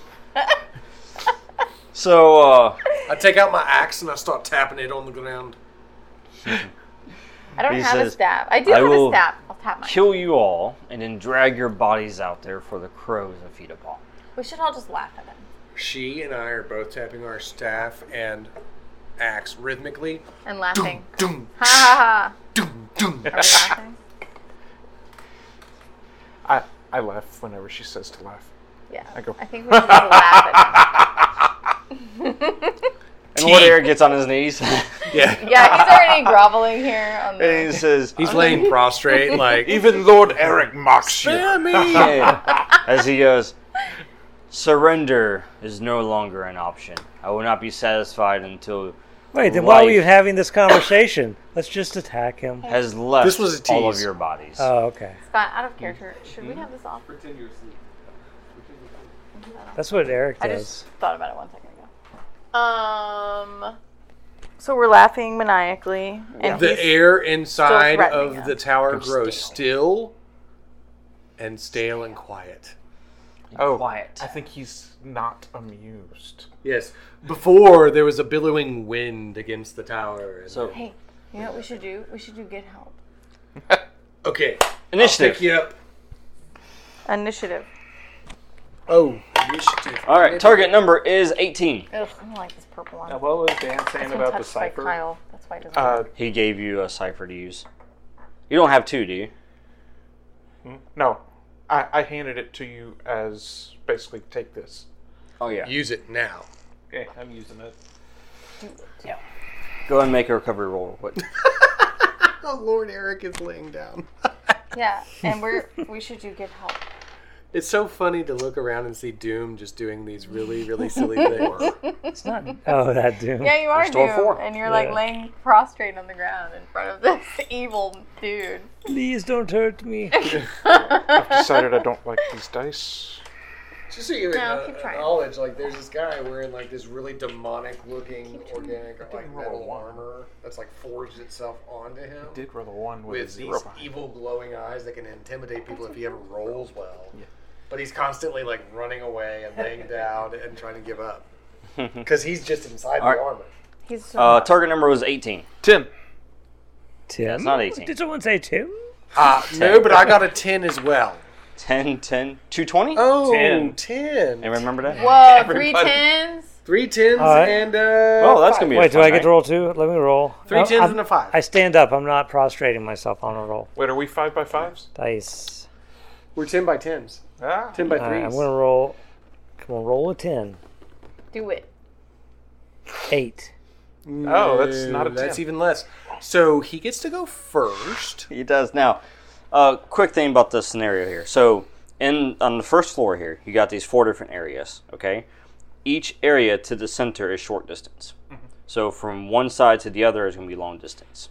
B: so, uh,
D: I take out my axe and I start tapping it on the ground.
E: I don't
B: He
E: have a
B: says,
E: staff. I do
B: "I
E: have a
B: will
E: staff. I'll tap mine.
B: kill you all and then drag your bodies out there for the crows to feed upon.
E: We should all just laugh at him.
D: She and I are both tapping our staff and axe rhythmically.
E: And laughing.
D: Doom,
E: Ha ha
D: doom, doom.
E: ha. Are we laughing?
C: I I laugh whenever she says to laugh.
E: Yeah. I,
C: go-
E: think we should just laugh
B: And Lord Eric gets on his knees and
E: at him. Yeah, he's already groveling here on
B: he
E: the
B: says,
D: He's laying prostrate, like
C: Even Lord Eric mocks you.
D: "Spare me."
B: "Yeah," as he goes, surrender is no longer an option. I will not be satisfied until
F: Wait, then why were
B: Life.
F: you having this conversation? Let's just attack him.
B: has left
D: This was a
B: all of
D: tease.
B: your bodies.
F: Oh, okay.
E: spot out of character. Should we have this off?
H: Pretend you're asleep. Pretend you're asleep.
F: That's what Eric
E: I
F: does.
E: just thought about it one second ago. Um so we're laughing maniacally and
D: The air inside
E: threatening
D: of
E: us.
D: the tower
B: Go
D: grows
B: stale.
D: still and stale and quiet.
C: Oh,
B: Quiet.
C: I think he's not amused.
D: Yes. Before there was a billowing wind against the tower. and-
B: So,
E: Hey, you know what we should do? We should do get help.
D: okay,
B: initiative.
D: pick you up.
E: Initiative.
D: Oh, initiative.
B: All right, target number is 18.
E: Ugh, I don't like this purple one.
G: Now, what was Dan saying
E: It's been
G: about the
E: touched by
G: cipher?
E: Kyle. That's why it doesn't
C: Uh,
B: He gave you a cipher to use. You don't have two, do you?
C: no, I, I handed it to you as basically take this.
B: Oh, yeah.
D: Use it now.
G: Okay, I'm using it.
B: Go ahead and make a recovery roll real quick.
D: Oh, Lord Eric is laying down.
E: Yeah, and we're we should do get help.
D: It's so funny to look around and see Doom just doing these really, really silly things.
F: It's not. Oh, that dude.
E: Yeah, you are
B: Restore
E: Doom,
B: four.
E: and you're like
F: Yeah.
E: laying prostrate on the ground in front of this evil dude.
F: Please don't hurt me.
C: I've decided I don't like these dice.
D: Just so you
E: No,
D: uh,
E: keep trying.
D: knowledge, like there's this guy wearing like this really demonic looking organic like
C: doing roll
D: metal
C: one.
D: armor that's like forged itself onto him
C: Did roll a one with, a
D: with
C: zero
D: these
C: behind.
D: evil glowing eyes that can intimidate people if he ever rolls well.
C: Yeah.
D: But he's constantly like running away and laying down and trying to give up because he's just inside
B: Alright.
D: the armor.
E: He's so
B: Uh, target number was 18.
C: Ten.
F: Tim.
B: it's not 18.
F: Did someone say Tim?
D: Uh, no, but I got a ten as well.
B: 10, 10, 220?
D: Oh, 10.
I: Ten.
B: And remember that?
E: whoa, three
D: everybody-
E: tens.
D: Three tens
F: Alright.
D: and uh.
B: Oh, that's going
D: five.
B: to be a
F: Wait, do
B: fun
F: I get to
B: night.
F: roll two? Let me roll.
D: Three
F: No,
D: tens
F: I'm-
D: and a five.
F: I stand up. I'm not prostrating myself on a roll.
C: Wait, are we five by fives?
F: Dice.
D: We're ten by tens.
C: Ah.
D: Ten by
F: All right, I'm
D: threes.
F: gonna roll. Come on, roll a ten.
E: Do it.
F: Eight.
C: Oh, that's not a
D: No, Mm, That's
C: ten.
D: even less. So he gets to go first.
B: He does. Now, uh, quick thing about this scenario here. So, in on the first floor here, you got these four different areas, okay? Each area to the center is short distance. So, from one side to the other is going to be long distance.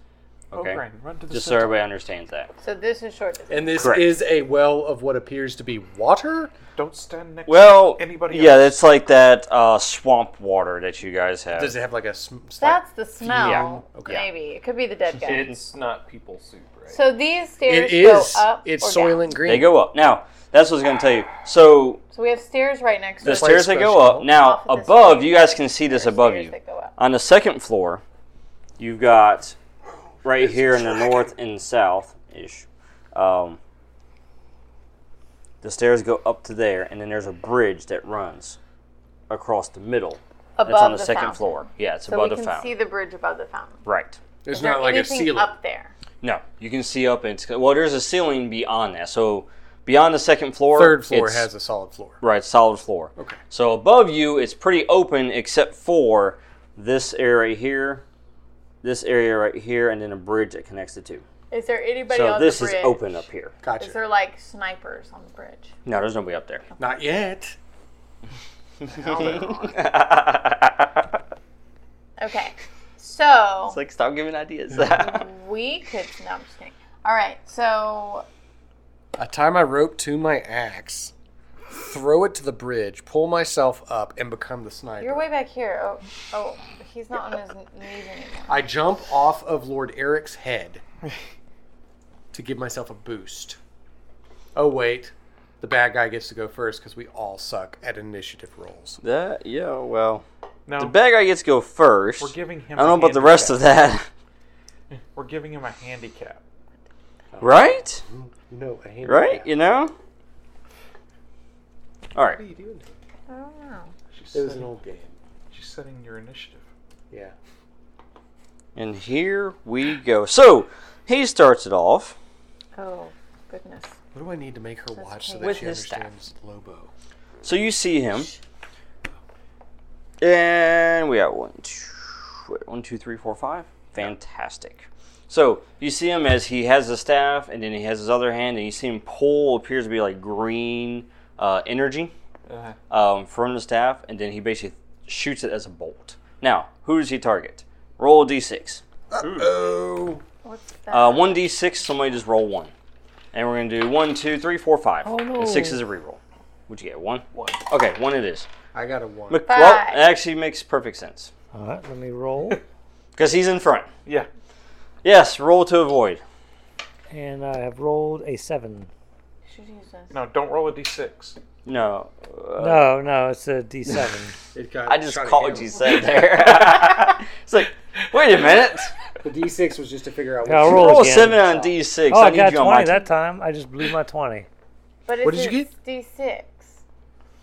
B: Okay?
C: Ogren, Oh, run to the
B: Just so
C: center.
B: everybody understands that.
E: So this is short. distance.
D: And this
B: Correct.
D: is a well of what appears to be water.
C: Don't stand next
B: Well,
C: to anybody
B: yeah,
C: else.
B: it's like that uh, swamp water that you guys have.
D: Does it have like a sm- slight-
E: That's the smell.
D: Okay.
E: Maybe it could be the dead guy.
I: It's not people soup, right?
E: So these stairs
D: It is.
E: go up.
D: It's
E: or down?
D: soylent green.
B: They go up. Now, that's what I was going to tell you. So,
E: So we have stairs right next to
B: the
E: us.
B: stairs that go up.
D: special.
B: Now,
E: Off of this
B: above,
E: way.
B: you guys can see this
E: There's
B: above
E: stairs
B: you.
E: that go up.
B: On the second floor, you've got right here in the north and south ish. Um, the stairs go up to there, and then there's a bridge that runs across the middle.
E: Above
B: it's on the,
E: the
B: second
E: fountain.
B: floor. Yeah, it's
E: So
B: above
E: we
B: the
E: can
B: fountain.
E: see the bridge above the fountain.
B: right.
D: There's
E: Is there
D: not like a
E: anything
D: ceiling.
E: up there.
B: No, you can see up. And it's well, there's a ceiling beyond that. So beyond the second floor,
D: Third floor
B: it's-
D: has a solid floor.
B: Right, solid floor. Okay. So above you, it's pretty open except for this area here, this area right here, and then a bridge that connects the two.
E: Is there anybody
B: so
E: on
B: this
E: the
B: is
E: bridge?
B: open up here.
E: Is
D: Gotcha.
E: there like snipers on the bridge?
B: No, there's nobody up there.
D: Not yet.
E: Okay. So
B: It's like stop giving ideas.
E: we could. No, I'm just kidding. All right. So
D: I tie my rope to my axe, throw it to the bridge, pull myself up, and become the sniper.
E: you're way back here. Oh, oh, he's not on his knees anymore.
D: I jump off of Lord Eric's head to give myself a boost. Oh wait, the bad guy gets to go first because we all suck at initiative rolls.
B: that yeah, well.
C: No,
B: The bad guy gets to go first.
C: We're giving him
B: I don't know
C: a
B: about the rest of that.
C: we're giving him a handicap.
B: right?
D: No, I hate
B: Right? You know? Alright.
D: What are you doing?
E: I don't know.
C: She's,
D: It was
C: setting,
D: an old game.
C: she's setting your initiative.
D: Yeah.
B: And here we go. So he starts it off.
E: Oh goodness.
D: What do I need to make her watch so that
B: With
D: she
B: his staff.
D: understands Lobo?
B: So you see him. And we got one, two, wait, one, two, three, four, five. Fantastic. So you see him as he has the staff, and then he has his other hand, and you see him pull what appears to be like green uh, energy
C: Uh,
B: um, from the staff, and then he basically shoots it as a bolt. Now, who does he target? Roll a d6.
D: Oh,
E: What's that?
B: Uh, 1d6, somebody just roll one. And we're going to do one, two, three, four, five. And six is a reroll. What'd you get? One? One. Okay, one it is.
D: I got a one.
B: Mc- Well,
E: Five.
B: it actually makes perfect sense.
F: All right, let me roll.
B: Because he's in front.
C: yeah.
B: Yes, roll to avoid.
F: and I have rolled a seven.
E: Should use this.
C: No, don't roll a d6.
B: No. uh,
F: No, no, it's a d7.
D: It got
B: I just
D: shot at
B: caught what
D: him.
B: you said there. it's like, wait a minute.
D: The D6 was just to figure out.
F: Yeah, I'll
D: what
F: roll
B: Roll
F: again.
B: 7 on d6.
F: Oh, I
B: need
F: got
B: you on my
F: 20 that time. I just blew my 20.
E: But it's
D: What did you
E: D6.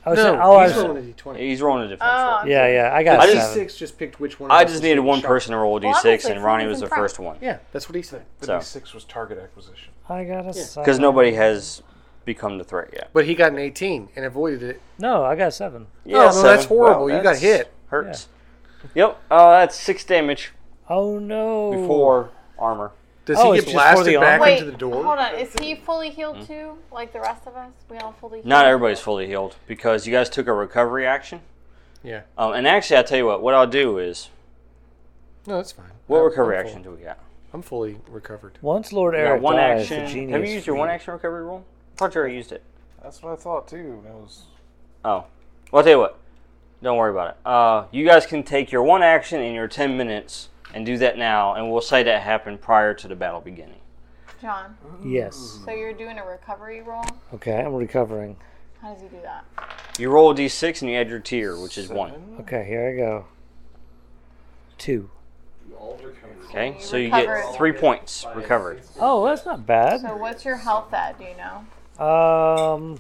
F: Oh,
D: No,
F: so- oh, I
D: he's
F: was-
D: rolling a D20.
B: He's rolling a different
E: Oh,
B: roll.
F: yeah, yeah, I got
B: I
F: a
B: just-
F: seven.
D: D6 just picked which one. of
B: I
D: us
B: just
D: was
B: needed
D: getting
B: one
D: shot.
B: person to roll a
E: Well,
B: d6,
E: obviously,
B: and Ronnie
E: someone's
B: was
E: in
B: the
E: front.
B: first one.
D: Yeah, that's what he said.
C: The
B: So.
C: d6 was target acquisition.
F: I got a seven.
B: Because nobody has become the threat yet.
D: But he got an 18 and avoided it.
F: No, I got a seven.
D: Oh, no, that's horrible. You got
B: that's-
D: hit.
B: Hurts. Yep. Uh, that's six damage
F: Oh no.
B: before armor.
D: Does
F: Oh,
D: he
F: it's
D: get
F: just for the
D: blasted back
F: armor?
E: Wait,
D: into the door?
E: hold on. Is he fully healed too? Like the rest of us? We all fully healed?
B: Not everybody's fully healed because you guys took a recovery action.
D: Yeah.
B: Um, and actually, I'll tell you what. What I'll do is
D: No, that's fine.
B: what
D: I'm-
B: recovery
D: I'm full-
B: action do we got?
D: I'm fully recovered.
F: Once Lord
B: You got
F: Eric
B: one
F: dies,
B: action.
F: the genie
B: Have
F: is
B: you used your one
F: freed.
B: action recovery rule? I thought you already used it.
J: That's what I thought too. That was
B: Oh, well, I'll tell you what. Don't worry about it. Uh, you guys can take your one action in your ten minutes and do that now, and we'll say that happened prior to the battle beginning.
E: John,
F: Yes.
E: so you're doing a recovery roll?
F: Okay, I'm recovering.
E: How does he do that?
B: You roll a d6 and you add your tier, which is one.
F: Okay, here I go. Two.
B: Okay, so you
E: recover
B: get
E: it.
B: three points recovered.
F: Oh, that's not bad.
E: So what's your health at? Do you know?
F: Um,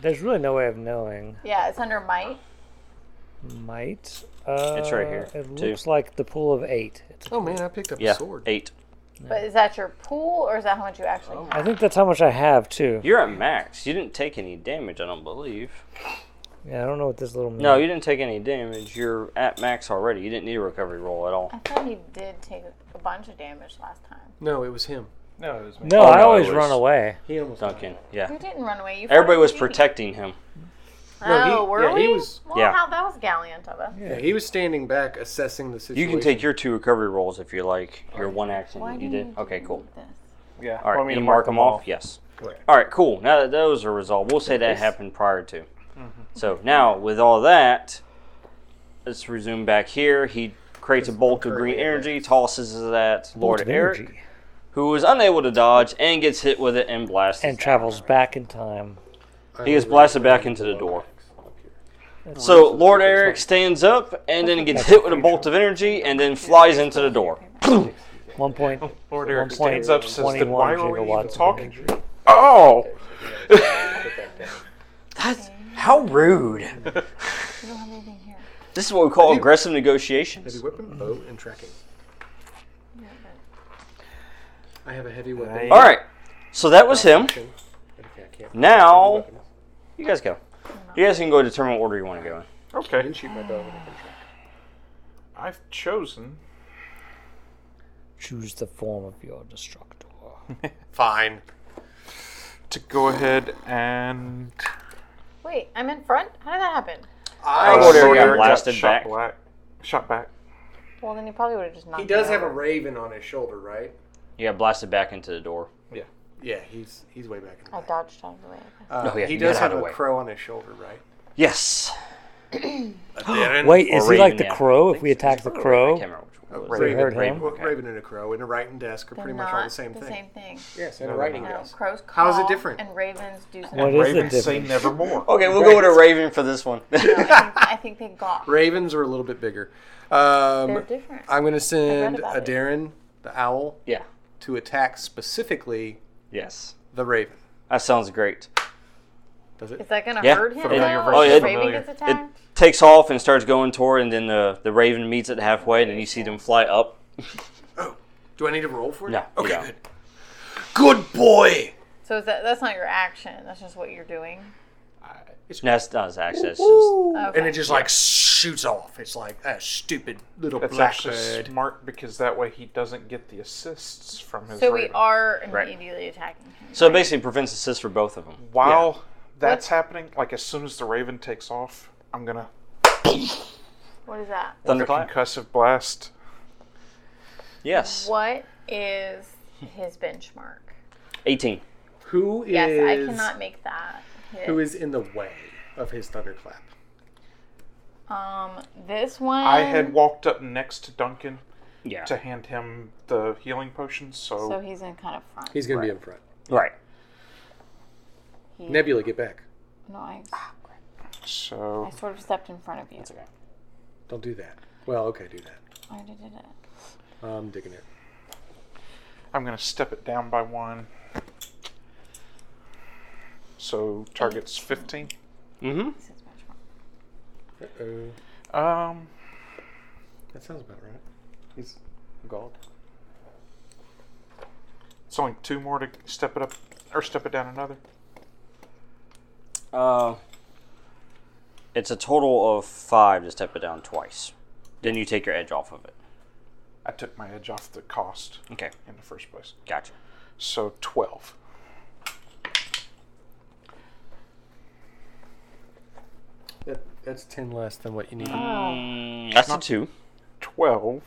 F: there's really no way of knowing.
E: Yeah, it's under might.
F: Might. Uh,
B: It's right here,
F: It
B: two.
F: looks like the pool of eight. It's,
D: Oh man, I picked up
B: Yeah,
D: a sword.
B: eight.
E: But is that your pool or is that how much you actually
D: Oh.
E: have?
F: I think that's how much I have too.
B: You're at max. You didn't take any damage, I don't believe.
F: Yeah, I don't know what this little.
B: No, you didn't take any damage. You're at max already. You didn't need a recovery roll at all.
E: I thought he did take a bunch of damage last time.
D: No, it was him.
J: no. It was me.
F: No,
B: Oh,
F: I
B: no, it
F: always
B: was-
F: run away.
D: He almost.
B: Duncan, yeah.
E: You didn't run away. You fought
B: Everybody
E: a
B: was
E: genie.
B: protecting him.
E: Oh,
D: he-
E: were
D: yeah,
E: we?
D: he was-
E: Well,
B: Yeah.
E: how, that was gallant of us.
D: Yeah, he was standing back assessing the
B: You
D: situation.
B: can take your two recovery rolls if you like. Your one action that you
E: didn't
B: did.
E: you
B: Okay,
E: do
B: cool.
E: this?
J: Yeah.
B: All right,
J: want me
B: you
J: to
B: mark them off.
J: all?
B: Yes.
D: Correct.
B: All right, cool. Now that those are resolved, we'll say that happened prior to. So now with all that, let's resume back here. He creates a bolt of green energy, tosses it at Lord
F: Bolt of
B: Eric,
F: energy.
B: who is unable to dodge and gets hit with it and blasted.
F: And travels back in time.
B: He is blasted back into the door. So Lord Eric stands up and then gets hit with a bolt of energy and then flies into the door.
F: One point.
C: Lord
F: One
C: Eric
F: point
C: stands up and says, then
F: 21
C: why were we even
F: gigawatts of
C: talking? Oh!
B: That's how rude.
E: You don't have anything here.
B: This is what we call aggressive negotiations.
D: weapon, bow, and tracking. I have a heavy weapon.
B: All right, so that was him. Now, you guys go. You guys can go determine what order you want to go in.
C: Okay.
D: shoot my bow.
C: I've chosen.
F: Choose the form of your destructor.
D: Fine.
C: to go ahead and
E: Wait, I'm in front? How did that happen?
D: I
B: Lord Eric
C: Lord
B: got
C: Eric
B: blasted
C: shot
B: back.
C: black- shot back.
E: Well, then he probably would have just knocked
D: He does
E: me
D: have a
E: out.
D: raven on his shoulder, right?
B: You got blasted back into the door.
D: Yeah, he's he's way back in the
E: I
D: back.
E: dodged out of the way.
D: Uh,
B: Oh, yeah,
D: he
B: you gotta
D: does
B: hide
D: have a
B: away.
D: crow on his shoulder, right?
B: Yes.
F: Wait, is
B: Or
F: he like
B: Raven,
F: the
B: yeah.
F: crow? If we attack the
B: I can't
F: crow,
B: remember which one. it was.
D: Raven.
F: heard him.
D: Well, Raven and a crow and a writing desk are
E: They're
D: pretty
E: not
D: much all the same thing.
E: same thing.
D: Yes, and a writing
E: No,
D: desk.
E: crows
D: How is it
E: call
D: different?
E: And ravens do something.
F: what is the
C: Raven say
F: difference?
C: nevermore.
B: Okay, we'll go with a raven for this one.
E: I think they got.
D: Ravens are a little bit bigger.
E: They're
D: Um,
E: different.
D: I'm going to send
E: about
D: a
E: it.
D: Darren, the owl,
B: yeah.
D: to attack specifically
B: Yes.
D: the raven.
B: That sounds great.
D: Does it?
E: Is that gonna
B: Yeah.
E: hurt him?
B: Familiar
E: Though?
B: versus
E: if the
B: familiar.
E: raven gets
B: It
E: attacked.
B: takes off and starts going toward, and then the, the raven meets it halfway, and then you see them fly up.
D: Do I need to roll for it?
B: No, you
D: Okay,
B: don't.
D: good. Good boy!
E: So is that that's not your action. That's just what you're doing.
B: No, that's not his axe. That's just.
D: And it just like shoots off. It's like a stupid little
C: That's actually
D: blackbird.
C: smart because that way he doesn't get the assists from his.
E: So we
C: raven.
E: are immediately attacking him.
B: So it basically prevents assist for both of them.
C: While that's happening, like as soon as the raven takes off, I'm gonna
E: What is that?
B: Thunderclap?
C: concussive blast.
B: Yes.
E: What is his benchmark?
B: 18.
D: Who is
E: Yes, I cannot make that. hit.
D: who is in the way of his thunderclap?
E: Um, this one.
C: I had walked up next to Duncan
B: Yeah.
C: to hand him the healing potion, so,
E: So he's in kind of front.
D: He's gonna be in front.
B: Right.
E: He-
D: Nebula, get back.
E: No, I,
C: so
E: I sort of stepped in front of you.
D: Don't do that. Well, okay, do that.
E: I already did it.
D: I'm digging it.
C: I'm gonna step it down by one. So targets fifteen.
B: Mm-hmm.
E: It's his benchmark.
D: Uh-oh.
C: Um,
D: That sounds about right. He's galled.
C: it's only two more to step it up or step it down another.
B: Uh, it's a total of five to step it down twice. Then you take your edge off of it.
C: I took my edge off the cost
B: Okay,
C: in the first place.
B: gotcha.
C: So 12.
D: That, that's 10 less than what you need. Hmm.
B: Mm, that's a two.
C: 12.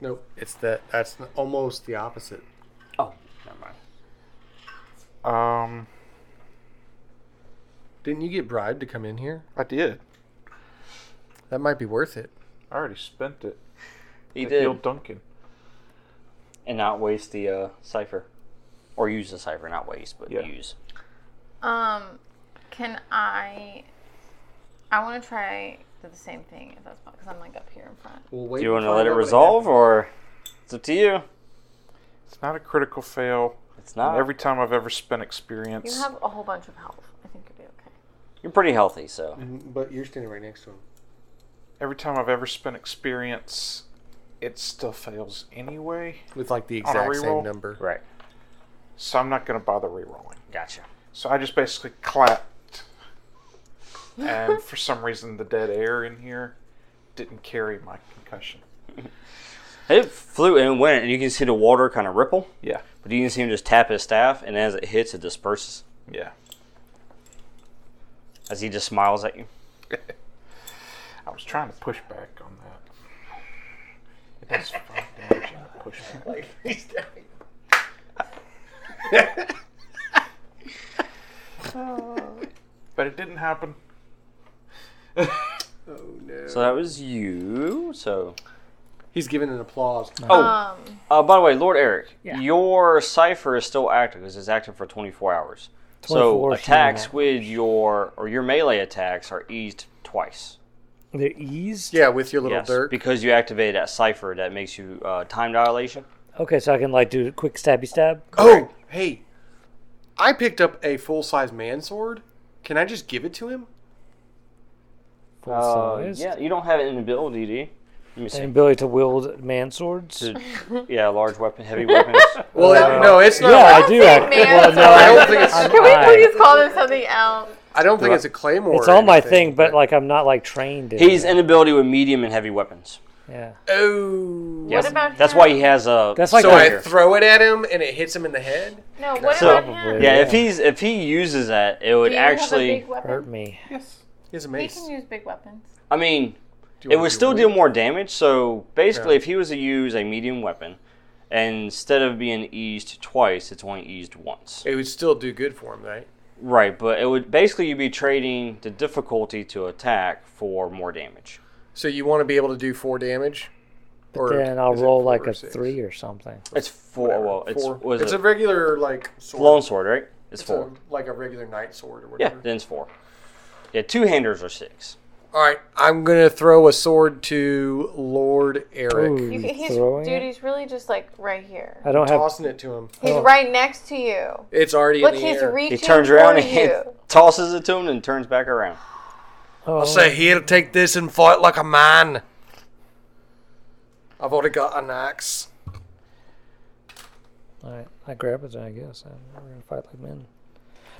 D: Nope. It's that. That's n- almost the opposite.
B: Oh, never mind.
C: Um,
D: Didn't you get bribed to come in here?
C: I did.
D: That might be worth it.
C: I already spent it.
B: He
C: to
B: did,
C: heal Duncan.
B: and not waste the uh, cipher, or use the cipher, not waste, but
C: Yeah.
B: use.
E: Um, can I? I want to try do the same thing if that's because I'm like up here in front.
D: We'll wait.
B: Do you want
D: and
B: to let
D: find
B: it
D: out what
B: resolve, or it's up to you?
C: It's not a critical fail.
B: It's
C: And
B: not.
C: every time I've ever spent
E: You
C: experience,
E: have a whole bunch of health. I think you'll be okay.
B: You're pretty healthy, so
D: happens. Mm, But you're standing right next to him.
C: every time I've ever spent experience, it still fails anyway.
D: With like the
C: On a
D: exact same
C: reroll?
D: number.
B: right.
C: So I'm not going to bother rerolling.
B: Gotcha.
C: So I just basically clapped. And for some reason, the dead air in here didn't carry my concussion.
B: It flew and went, and you can see the water kind of ripple.
C: Yeah.
B: But you can see him just tap his staff, and as it hits, it disperses.
C: Yeah.
B: As he just smiles at you.
C: I was trying to push back on that. It does five damage on the push back. But it didn't happen.
B: So that was you. So,
D: He's giving an applause.
B: oh,
E: Um,
B: uh, by the way, Lord Eric,
F: Yeah.
B: your cipher is still active because it's active for 24 hours. so
F: 24
B: attacks
F: hours.
B: with your or your melee attacks are eased twice.
F: They're eased.
D: Yeah, with your little
B: Yes,
D: dirt.
B: because you activated that cipher that makes you uh, time dilation.
F: Okay, so I can like do a quick stabby stab.
D: oh, hey. I picked up a full size man sword. Can I just give it to him?
F: Full
B: Uh,
F: size.
B: yeah, you don't have an ability, do you? Let me see.
F: And ability to wield man swords.
B: To- yeah, large weapon, heavy weapons.
D: Well, it- no, it's not.
F: yeah,
D: like-
F: I do. act-
E: man
F: well, no,
E: sword.
D: I don't think it's.
F: I'm-
E: can we
F: I-
E: please call them something else?
D: I don't think it's a claymore.
F: It's
D: or
F: on my
D: anything,
F: thing, but like I'm not like trained in.
B: He's
F: it.
B: an ability with medium and heavy weapons.
F: yeah.
D: oh.
B: Yes.
E: about
B: That's
E: him?
B: why he has a.
F: That's like
D: So
F: that
D: I
F: here.
D: throw it at him and it hits him in the head.
E: No, what
B: So-
E: about him?
B: yeah,
F: Yeah.
B: if he's if he uses that, it
E: Do
B: would
E: you
B: actually.
E: have a big weapon?
F: Hurt me.
D: He has a
E: He
D: mace.
E: can use big weapons.
B: I mean,
D: Do you
B: it
D: wanna
B: would
D: do
B: still
D: weight?
B: deal more damage. So basically, if he was to use a medium weapon, and instead of being eased twice, it's only eased once.
D: It would still do good for him, right?
B: Right, but it would basically you'd be trading the difficulty to attack for more damage.
D: So you want to be able to do four damage? Or
F: Then I'll
D: is it
F: roll
D: four
F: like
D: or
F: a
D: six?
F: three or something.
B: It's four.
D: Whatever,
B: Well, it's
D: four.
B: was
D: it's
B: it
D: a regular like sword.
B: long sword, right? It's,
D: It's
B: four.
D: a- like a regular knight sword or
B: yeah,
D: whatever.
B: then it's four. Yeah, two handers are six.
D: All right, I'm gonna throw a sword to Lord Eric.
F: Ooh,
E: You can, he's,
F: throwing
E: dude,
F: it? Oh.
E: he's really just like right here.
F: I don't have.
D: Tossing it to him.
E: He's right next to you.
D: It's already
E: Look,
D: in the
E: he's
D: air.
E: reaching
B: He turns around
E: for
B: and
E: you.
B: tosses it to him, and turns back around.
F: Oh,
D: I'll say here, take this and fight like a man. I've already got an axe.
F: all right. I grab it. I guess and we're gonna fight like men.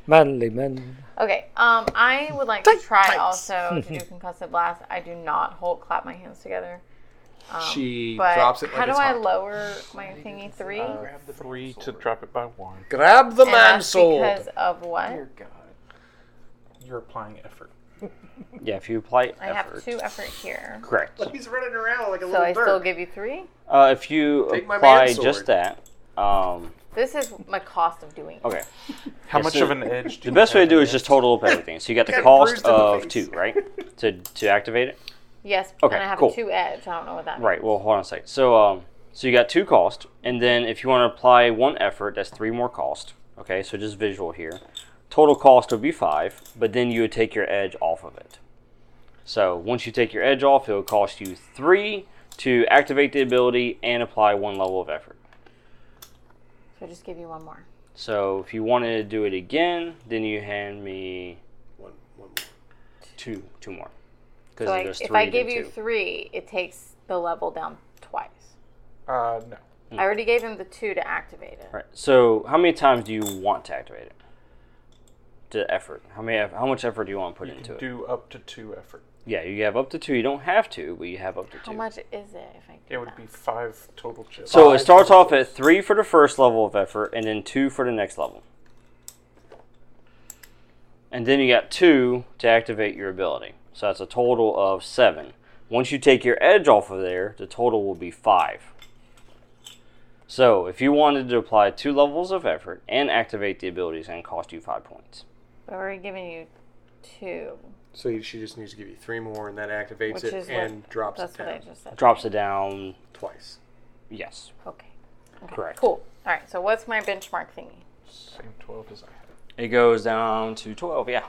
F: Manly men.
E: Okay. Um, I would like to try also to do concussive blast. I do not hold clap my hands together. Um,
D: She
E: but
D: drops it like
E: how do
D: it's
E: I
D: hot.
E: lower my thingy three?
C: uh, Three to drop it by one.
D: Grab the
E: and
D: man
E: that's
D: sword.
E: because of what?
C: You're applying effort.
B: Yeah, if you apply
E: I have two effort here,
B: correct.
D: He's running around like a
E: so I still give you three.
B: Uh, if you
D: Take my
B: apply
D: man sword.
B: just that, um,
E: This is my cost of doing. it.
B: okay.
C: How
B: Yeah,
C: much
B: so
C: of an edge do
B: The
C: you
B: best way to
C: have
B: do
C: in
B: is
C: it?
B: just total up everything. So you got the
D: Got
B: cost
D: bruised in the
B: of
D: face.
B: two, right? To to activate it.
E: Yes,
B: Okay,
E: and I have
B: cool.
E: a two edge. I don't know what that means.
B: Right. Well, hold on a second. So um, so you got two cost, and then if you want to apply one effort, that's three more cost. Okay. So just visual here. Total cost would be five, but then you would take your edge off of it. So once you take your edge off, it'll cost you three to activate the ability and apply one level of effort.
E: So I just give you one more.
B: So if you wanted to do it again, then you hand me
D: One, one.
B: two, two more.
E: So I,
B: Because
E: if I
B: give
E: give you three, it takes the level down twice.
C: Uh, no.
E: I already gave him the two to activate it.
B: Hmm. Right. So how many times do you want to activate it? The effort. How many? eff- How much effort do you want to put
C: You
B: into
C: can
B: it?
C: do up to two effort.
B: Yeah, you have up to two. You don't have to, but you have up to two.
E: How much is it if I do
C: It would
E: that?
C: be five total chips.
B: So it starts off at three for the first level of effort, and then two for the next level. And then you got two to activate your ability. So that's a total of seven. Once you take your edge off of there, the total will be five. So if you wanted to apply two levels of effort and activate the abilities, and cost you five points.
E: But we're already giving you two,
D: So you- she just needs to give you three more, and that activates
E: which
D: it
E: is what-
D: and drops
E: That's
D: it
E: what I
D: down
E: just said.
B: Drops it down.
D: twice.
B: Yes,
E: Okay.
B: correct.
E: Cool. All right. So what's my benchmark thingy?
C: Same 12 as I had.
B: It goes down to twelve. Yeah,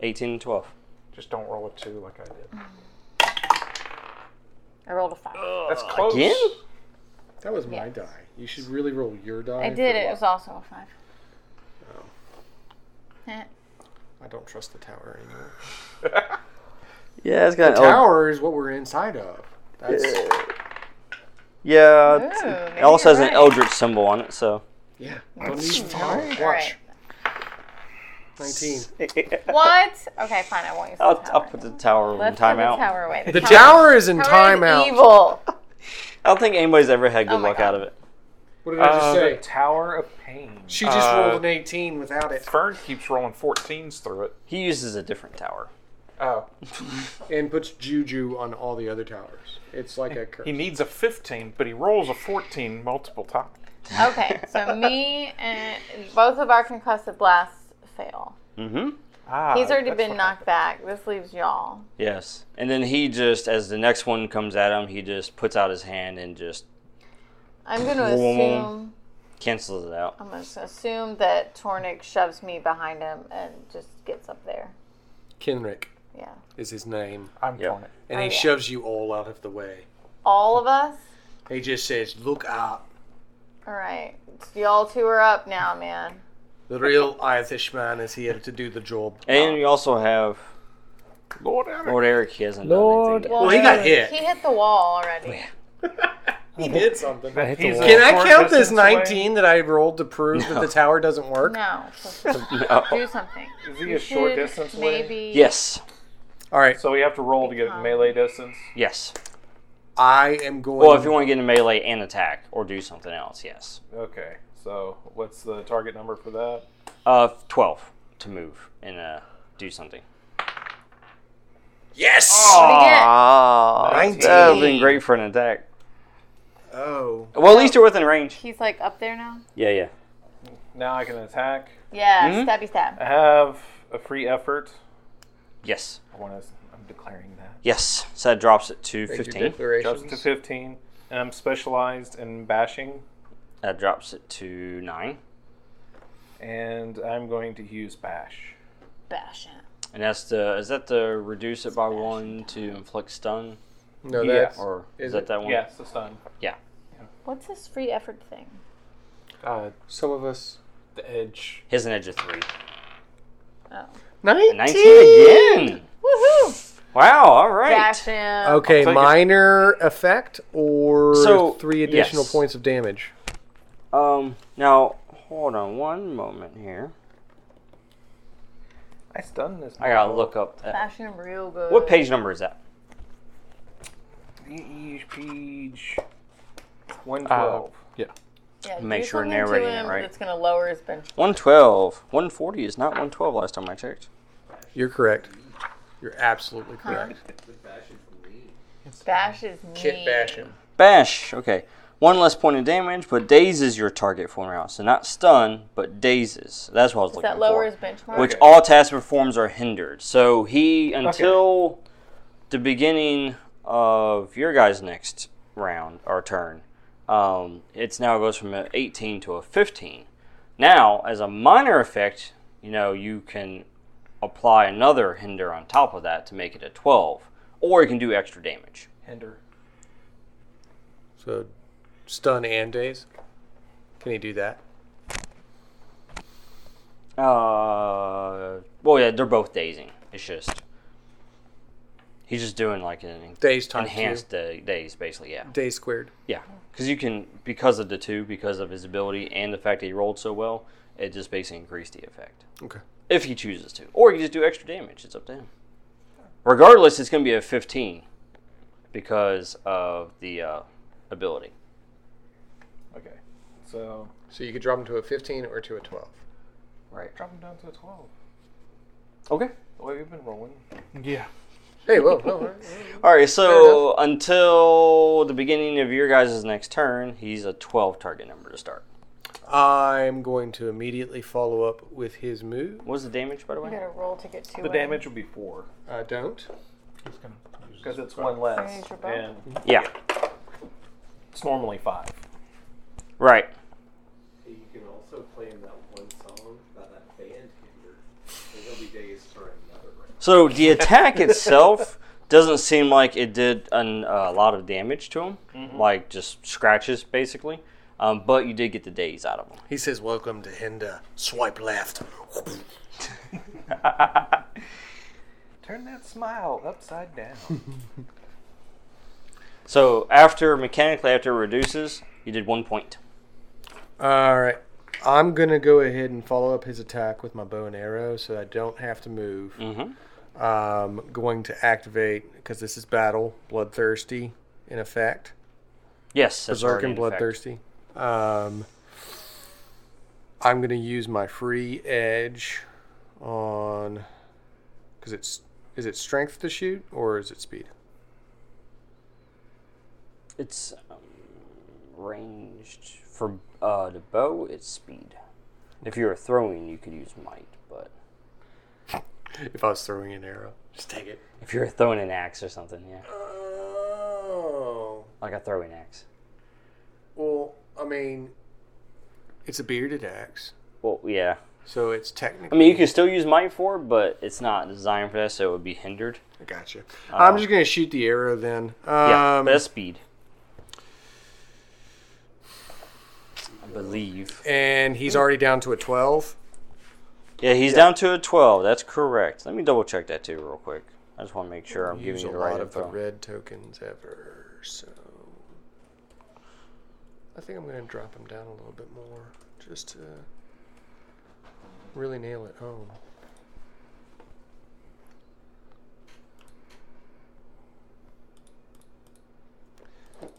B: eighteen and twelve.
C: Just don't roll a two like I did.
E: Uh, I rolled a five.
C: That's close.
B: Again?
D: That was my die. You should really roll your die.
E: I
D: for
E: did. It
D: luck.
E: was also a five. Eh,
D: I don't trust the tower anymore.
B: Yeah, it's
D: Oh.
B: got
D: Tower is what we're inside of. That's
B: Yeah,
E: Ooh,
B: it's-
E: maybe
B: it also
E: you're
B: has an
E: right.
B: eldritch symbol on it, so
D: yeah. Don't need the tower. Watch.
E: All right.
D: Nineteen.
E: What? Okay, fine. I won't use the
B: I'll,
E: tower.
B: I'll put the tower in
E: Let's put
B: timeout.
E: the tower away.
D: The tower is in
E: tower is
D: timeout.
E: Evil.
B: I don't think anybody's ever had good
E: Oh my
B: luck
E: God.
B: out of it.
D: What did I just
C: Uh,
D: say?
G: Tower of Pain.
D: She just
C: uh,
D: rolled an eighteen without it
C: Fern keeps rolling 14s through it.
B: He uses a different tower.
C: Oh.
D: and puts juju on all the other towers. It's like a curse.
C: He needs a 15, but he rolls a 14 multiple times.
E: Okay, so me and both of our concussive blasts fail.
B: Mm-hmm.
C: Ah,
E: He's already
C: that's
E: been
C: what
E: knocked back. This leaves y'all.
B: Yes, and then he just, as the next one comes at him, he just puts out his hand and just
E: I'm going to
B: Boom.
E: assume.
B: cancels it out.
E: I'm going to assume that Tornik shoves me behind him and just gets up there.
D: Kenrick
E: Yeah.
D: is his name,
C: I'm
B: Yep.
C: torn it.
D: and he
E: Oh, yeah.
D: shoves you all out of the way.
E: All of us.
D: He just says, "Look up."
E: All right, y'all two are up now, man.
D: The real Irishman is here to do the job.
B: And you also have
C: Lord Eric.
B: Lord Eric. He hasn't done
F: Lord,
B: anything.
E: Well,
D: he got hit.
E: He hit the wall already.
D: He did something.
F: I hit the
C: He's
F: wall.
C: a-
D: Can I
C: Short
D: count
C: distance
D: this 19 that I rolled to prove that the tower doesn't work?
E: No,
B: yet. No.
E: do something.
G: Is he
E: You
G: a short
E: should
G: distance away?
E: Maybe.
B: Oh. Yes,
D: All right.
G: So we have to roll to get melee distance.
B: yes.
D: I am going.
B: Well, if you want to get in melee and attack or do something else, yes.
G: Okay. So what's the target number for that?
B: Uh, twelve to move and uh do something.
D: yes.
E: What'd he get?
B: Ah,
D: Nineteen.
B: that would have been great for an attack.
D: Oh.
B: Well, at least you're within range.
E: He's like up there now.
B: Yeah, yeah.
G: Now I can attack.
E: Yeah,
B: Mhm.
E: stabby stab.
G: I have a free effort.
B: Yes.
G: I want to. I'm declaring that.
B: Yes. So that drops it to 15.
G: Just to 15, and I'm specialized in bashing,
B: That drops it to 9.
G: and I'm going to use bash.
E: Bash him.
B: And that's the, is that the reduce it by 1 to inflict stun?
D: No,
G: Yeah.
D: that's
B: Or is,
D: Is
B: that
D: it?
B: that one?
G: Yeah, it's a stun.
E: What's this free effort thing?
C: Uh,
D: some of us.
G: The edge.
B: His an edge of 3.
E: Oh.
D: 19.
B: 19 again!
E: Woohoo!
B: Wow, all right.
E: Bash him.
D: Okay,
C: I'll take
D: minor effect or
B: So,
D: three additional
B: yes.
D: points of damage.
B: Um, now, hold on one moment here.
G: I stun this.
B: I gotta look up that.
E: Bash him real good.
B: What page number is that?
G: Each page. 112.
E: Yeah,
B: Make
E: do
B: sure
E: something
B: narrating
E: to
B: it
E: him
B: right.
E: That's gonna lower his bench.
B: 112. 140 is not 112 last time I checked.
D: You're correct. You're absolutely correct.
E: Bash his knee.
B: Bash. Okay. One less point of damage, but dazes your target for one round. So not stun, but dazes. That's what I was
E: Does
B: looking
E: that lower
B: for.
E: his benchmark?
B: Which all tasks and performs are hindered. So he until the beginning of your guys' next round or turn, um, it's now goes from an 18 to a 15. Now, as a minor effect, you know you can apply another hinder on top of that to make it a 12, or you can do extra damage.
G: Hinder.
D: So, stun and daze. Can he do that?
B: Uh, well, yeah, they're both dazing. It's just he's just doing like an
D: Daze times
B: enhanced da- daze, basically. Yeah,
D: two. Daze squared.
B: yeah, because you can because of the two, because of his ability and the fact that he rolled so well, it just basically increased the effect
D: Okay.
B: if he chooses to, or he can just do extra damage. It's up to him. Regardless, it's going to be a 15 because of the uh, ability.
G: Okay. So
D: So you could drop him to a 15 or to a 12.
B: Right.
G: drop him down to a twelve.
B: Okay.
G: The way we've been rolling.
C: Yeah.
D: Hey, whoa, whoa, whoa.
B: All right. So until the beginning of your guys' next turn, he's a 12 target number to start.
D: I'm going to immediately follow up with his move.
B: What's the damage, by the
E: You
B: way?
E: gotta roll to get two.
G: The damage would be four
D: I Uh, don't.
G: because it's one less,
E: Raise your bow.
G: and
B: Yeah.
G: it's normally five.
B: Right.
K: You can also play him that one song about that band hinder, and he'll be dazed for another round.
B: So the attack itself doesn't seem like it did an, a lot of damage to him, like just scratches basically. Um, but you did get the days out of him.
D: He says, Welcome to Hinda. Swipe left.
G: Turn that smile upside down.
B: So after mechanically after it reduces, you did one point.
D: All right. I'm going to go ahead and follow up his attack with my bow and arrow so I don't have to move.
B: Mm-hmm.
D: Um, going to activate, because this is battle, bloodthirsty in effect.
B: Yes, that's
D: Berserk
B: already
D: and
B: in effect.
D: bloodthirsty. Um, I'm going to use my free edge on. Because it's. Is it strength to shoot or is it speed?
B: It's um, ranged for uh, the bow. It's speed. If you're throwing, you could use might, but
D: If I was throwing an arrow, just take it.
B: if you're throwing an axe or something, yeah,
D: Oh.
B: like a throwing axe.
D: Well, I mean, it's a bearded axe,
B: Well, yeah.
D: so it's
B: I
D: technically.
B: mean, you can still use might for, it, but it's not designed for that, so it would be hindered.
D: Gotcha. I'm just gonna shoot the arrow then.
B: Uh, Yeah,
D: Um,
B: but that's speed. I believe.
D: and he's already down to a twelve.
B: Yeah, he's down to a twelve. That's correct. Let me double check that too, real quick. I just want to make sure I'm giving
D: Use a
B: you the right
D: lot of the
B: info.
D: red tokens ever, so I think I'm gonna drop him down a little bit more just to really nail it home.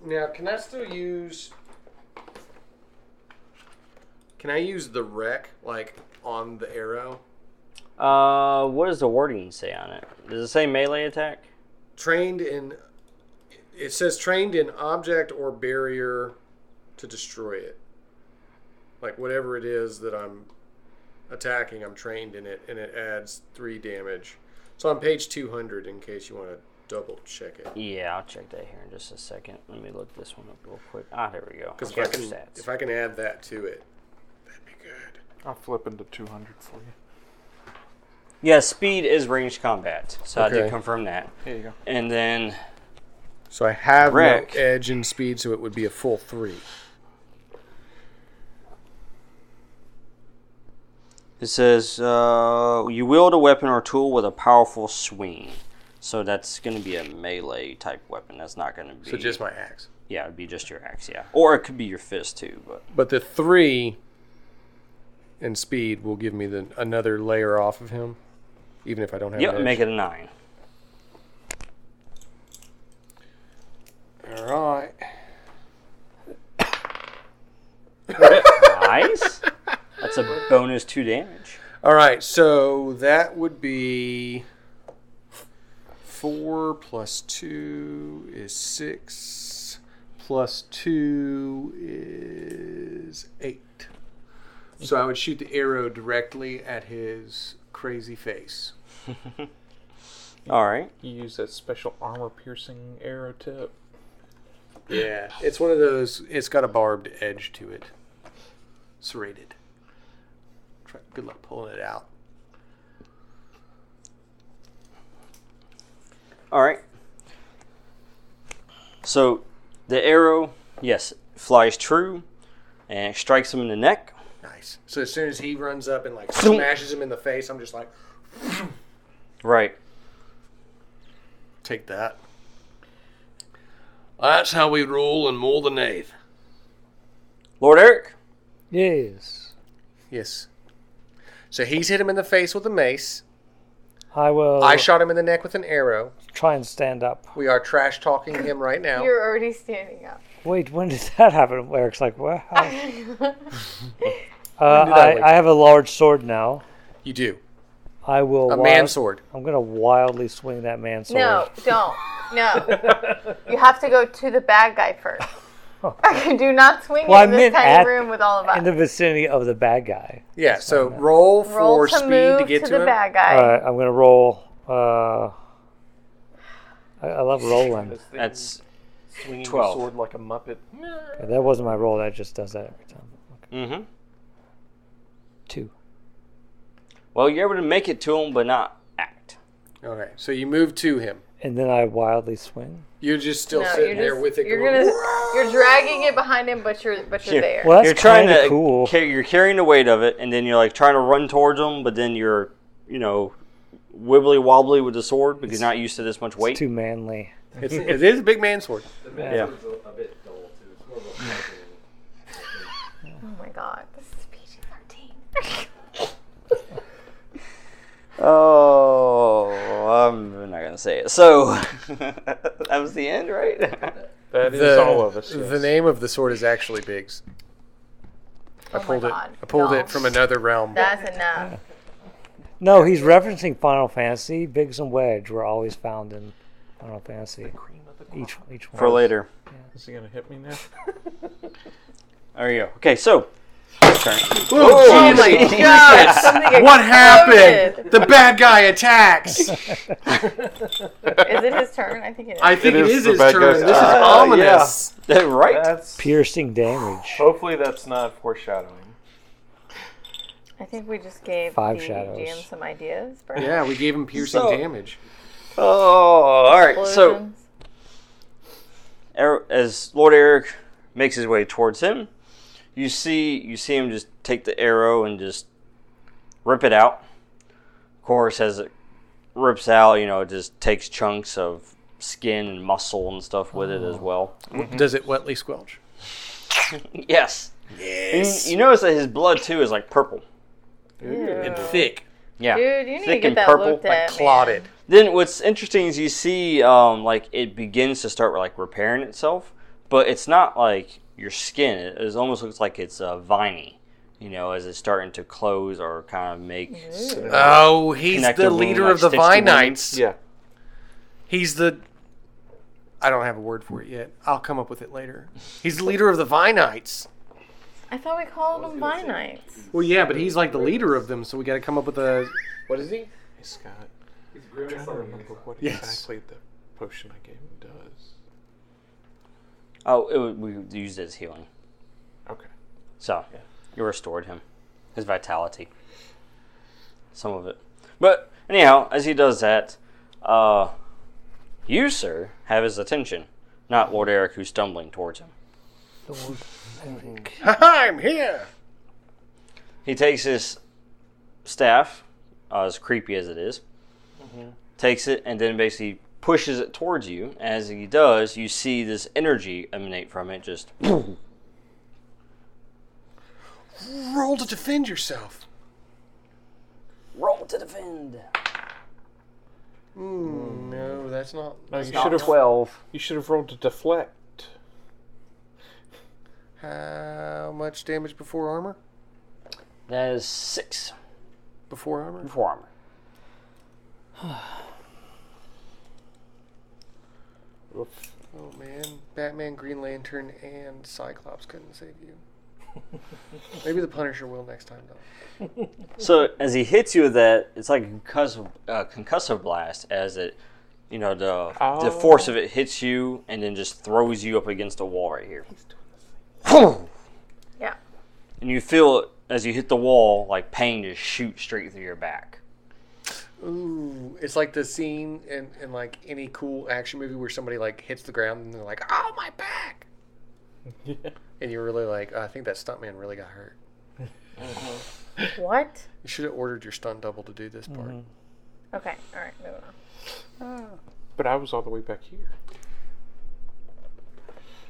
D: Now, can I still use? Can I use the wreck like on the arrow?
B: Uh, what does the wording say on it? Does it say melee attack?
D: trained in it says trained in object or barrier to destroy it like whatever it is that i'm attacking i'm trained in it and it adds three damage so on page 200 in case you want to double check it
B: Yeah, I'll check that here in just a second. Let me look this one up real quick. Ah, there we go.
D: because if, I
B: Character
D: can-
B: stats.
D: if i can add that to it that'd be good
C: I'll flip into 200 for you.
B: Yeah, speed is ranged combat, so I
D: Okay.
B: did confirm that.
C: There you go.
B: And then
D: so i have
B: no Wreck.
D: edge and speed so it would be a full three
B: It says uh, you wield a weapon or tool with a powerful swing. So that's going to be a melee type weapon. That's not going to be.
D: so just my axe
B: yeah, it'd be just your axe, yeah, or it could be your fist too. But
D: but the three and speed will give me the another layer off of him, even if I don't have.
B: yep,
D: edge.
B: make it a nine.
D: All right.
B: nice. That's a bonus two damage.
D: All right. So that would be four plus two is six. Plus two is eight. So I would shoot the arrow directly at his crazy face.
B: All right.
C: You use that special armor piercing arrow tip.
D: Yeah, it's one of those. It's got a barbed edge to it, serrated. Try, good luck pulling it out.
B: All right. So the arrow, yes, flies true, and it strikes him in the neck.
D: Nice. So as soon as he runs up and like smashes him in the face, I'm just like,
B: Right.
D: take that. That's how we roll and more than eighth.
B: Lord Eric.
F: Yes.
D: Yes. So he's hit him in the face with a mace.
F: I will
D: I shot him in the neck with an arrow.
F: try and stand up.
D: We are trash talking him right now.
E: You're already standing up.
F: Wait, when did that happen? Eric's like, wow. uh,
D: did I
F: I,
D: wake
F: I have a large sword now.
D: You do.
F: I will.
D: A
F: wild-
D: man sword.
F: I'm gonna wildly swing that man sword.
E: no, don't. No. you have to go to the bad guy first. Do not swing
F: Well, I
E: in this
F: meant
E: tiny
F: at-
E: room with all of us.
F: In the vicinity of the bad guy.
D: Yeah, so roll for
E: Roll to
D: speed
E: move
D: to get to,
E: the
D: him.
E: bad guy.
F: All right, I'm gonna roll. Uh, I, I love rolling.
G: This thing
B: That's
G: swinging the
B: 12.
G: sword like a muppet.
F: Okay, that wasn't my roll. That just does that every time. Okay,
B: mm-hmm.
F: two.
B: Well, you're able to make it to him, but not act.
L: Okay, so you move to him.
F: And then I wildly swing.
L: You're just still
E: No,
L: sitting
E: you're
L: there
E: just-
L: with it.
E: You're
L: going,
E: gonna, you're dragging it behind him, but you're but you're there.
F: Well, that's
B: you're trying
F: kinda
B: to
F: cool.
B: ca- you're carrying the weight of it, and then you're like trying to run towards him, but then you're you know wibbly wobbly with the sword because you're not used to this much weight.
F: Too manly.
D: It's, it is a big man sword.
M: The man's
B: Yeah.
M: was a, a bit dull too. It's more of a puzzle.
E: Oh my god, this is PG-13.
B: Oh, I'm not gonna say it. So that was the end, right?
C: That is
L: The,
C: all of us.
L: the name of the sword is actually Biggs.
E: Oh I
L: Pulled it. I pulled it from another realm.
E: That's enough.
F: No, he's referencing Final Fantasy. Biggs and Wedge were always found in Final Fantasy. Each each one.
B: For later.
C: Is he gonna hit me now?
B: There you go. Okay, so
E: Oh my god! something
L: What happened?
E: exploded.
L: The bad guy attacks.
E: Is it his turn? I think it is.
L: I think
C: It
L: it
C: is
L: is
C: the
L: his
C: bad
L: turn.
C: guy's
L: This is
C: turn.
L: ominous.
B: Oh, right.
G: That's
F: Piercing damage.
G: hopefully that's not foreshadowing.
E: I think we just gave
F: Five
E: the
F: shadows.
E: GM some ideas. For
L: Yeah, we gave him piercing
B: So-
L: damage.
B: Oh, all right. So
E: explosions.
B: Er- as Lord Eric makes his way towards him, you see you see him just take the arrow and just rip it out. Of course, as it rips out, you know, it just takes chunks of skin and muscle and stuff with it as well.
D: Oh. Does it wetly squelch?
B: Yes. Yes. you notice that his blood too is like purple.
D: And thick.
B: Yeah.
E: Dude, you need to
B: Thick
E: get
B: and
E: that
B: purple,
E: looked
B: like
E: at. man.
D: Clotted.
B: Then what's interesting is you see um, like it begins to start like repairing itself, but it's not like your skin. It, it almost looks like it's uh, viney, you know, as it's starting to close or kind of make.
D: Oh, he's
B: Connect
D: the
B: the wound,
D: leader
B: like,
D: of the
B: sticks to wound.
D: Vinites.
G: Yeah.
D: He's the. I don't have a word for it yet. I'll come up with it later. He's the leader of the Vinites.
E: I thought we called them Vinites.
D: Well, yeah, but he's like the leader of them, so we got to come up with a. What is he?
C: Hey Scott,
M: He's
C: I'm trying
M: grimace
C: to
M: on
C: remember what
D: Yes.
C: exactly the potion I gave him does.
B: Oh, it, wa- we used it as healing,
C: Okay.
B: so you restored him, his vitality, some of it. But anyhow, as he does that, uh, you sir have his attention, not Lord Eric, who's stumbling towards him.
D: I'm here.
B: He takes his staff, uh, as creepy as it is, Mm-hmm. takes it and then basically pushes it towards you. As he does, you see this energy emanate from it. Just
D: Roll to defend yourself.
B: roll to defend.
D: Hmm, No, that's not.
C: No, you should have
G: Twelve.
C: you should have rolled to deflect.
D: How much damage before armor?
B: That is six
D: Before armor?
B: for armor.
D: Oh man, Batman, Green Lantern, and Cyclops couldn't save you. Maybe the Punisher will next time though.
B: So as he hits you with that, it's like a concussive, uh, concussive blast as it, you know, the the force of it hits you and then just throws you up against a wall right here.
E: Yeah.
B: And you feel it as you hit the wall, like pain just shoot straight through your back.
D: Ooh, it's like the scene in, in like any cool action movie where somebody like hits the ground and they're like, "Oh my back!" And you're really like, "Oh, I think that stuntman really got hurt.
E: What?
D: You should have ordered your stunt double to do this part.
E: Okay. All right. Moving on.
C: But I was all the way back here.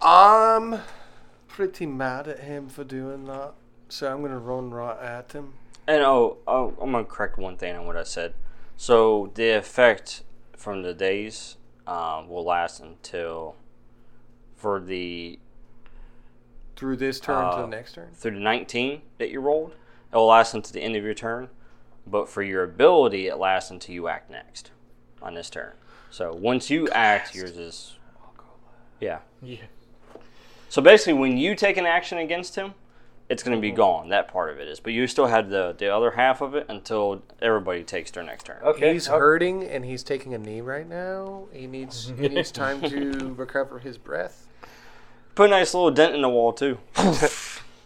D: I'm pretty mad at him for doing that, so I'm gonna run right at him.
B: And oh, oh I'm gonna correct one thing on what I said. So the effect from the days um, will last until for the
D: Through this turn to
B: Uh,
D: the next turn.
B: through the 19 that you rolled. It will last until the end of your turn, but for your ability, it lasts until you act next on this turn. So once you act, yours is yeah.
C: Yeah.
B: So basically, when you take an action against him, it's going to be gone. That part of it is, but you still have the the other half of it until everybody takes their next turn.
G: Okay.
D: He's
G: oh,
D: hurting and he's taking a knee right now. He needs he needs time to recover his breath.
B: Put a nice little dent in the wall too.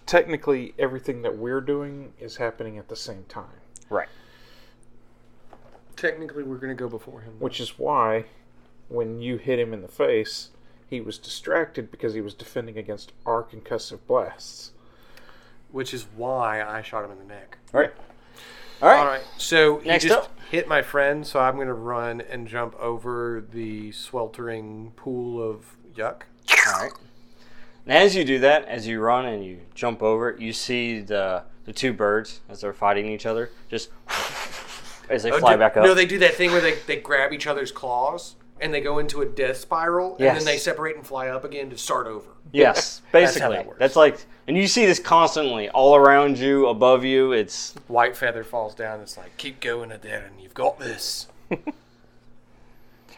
C: Technically, everything that we're doing is happening at the same time,
B: Right.
D: Technically, we're going to go before him.
C: which is why when you hit him in the face, he was distracted because he was defending against our concussive blasts.
D: Which is why I shot him in the neck.
B: Right. All right.
D: All right. So
B: Next
D: he just
B: up.
D: hit my friend, so I'm going to run and jump over the sweltering pool of yuck.
B: All right. And as you do that, as you run and you jump over, it, you see the the two birds as they're fighting each other, just as they fly
D: Oh, do-
B: back up.
D: No, they do that thing where they, they grab each other's claws and they go into a death spiral and
B: Yes.
D: then they separate and fly up again to start over.
B: yes, basically. That's,
D: that works.
B: like, and you see this constantly, all around you, above you. It's
D: White feather falls down. It's like, keep going at that and you've got this.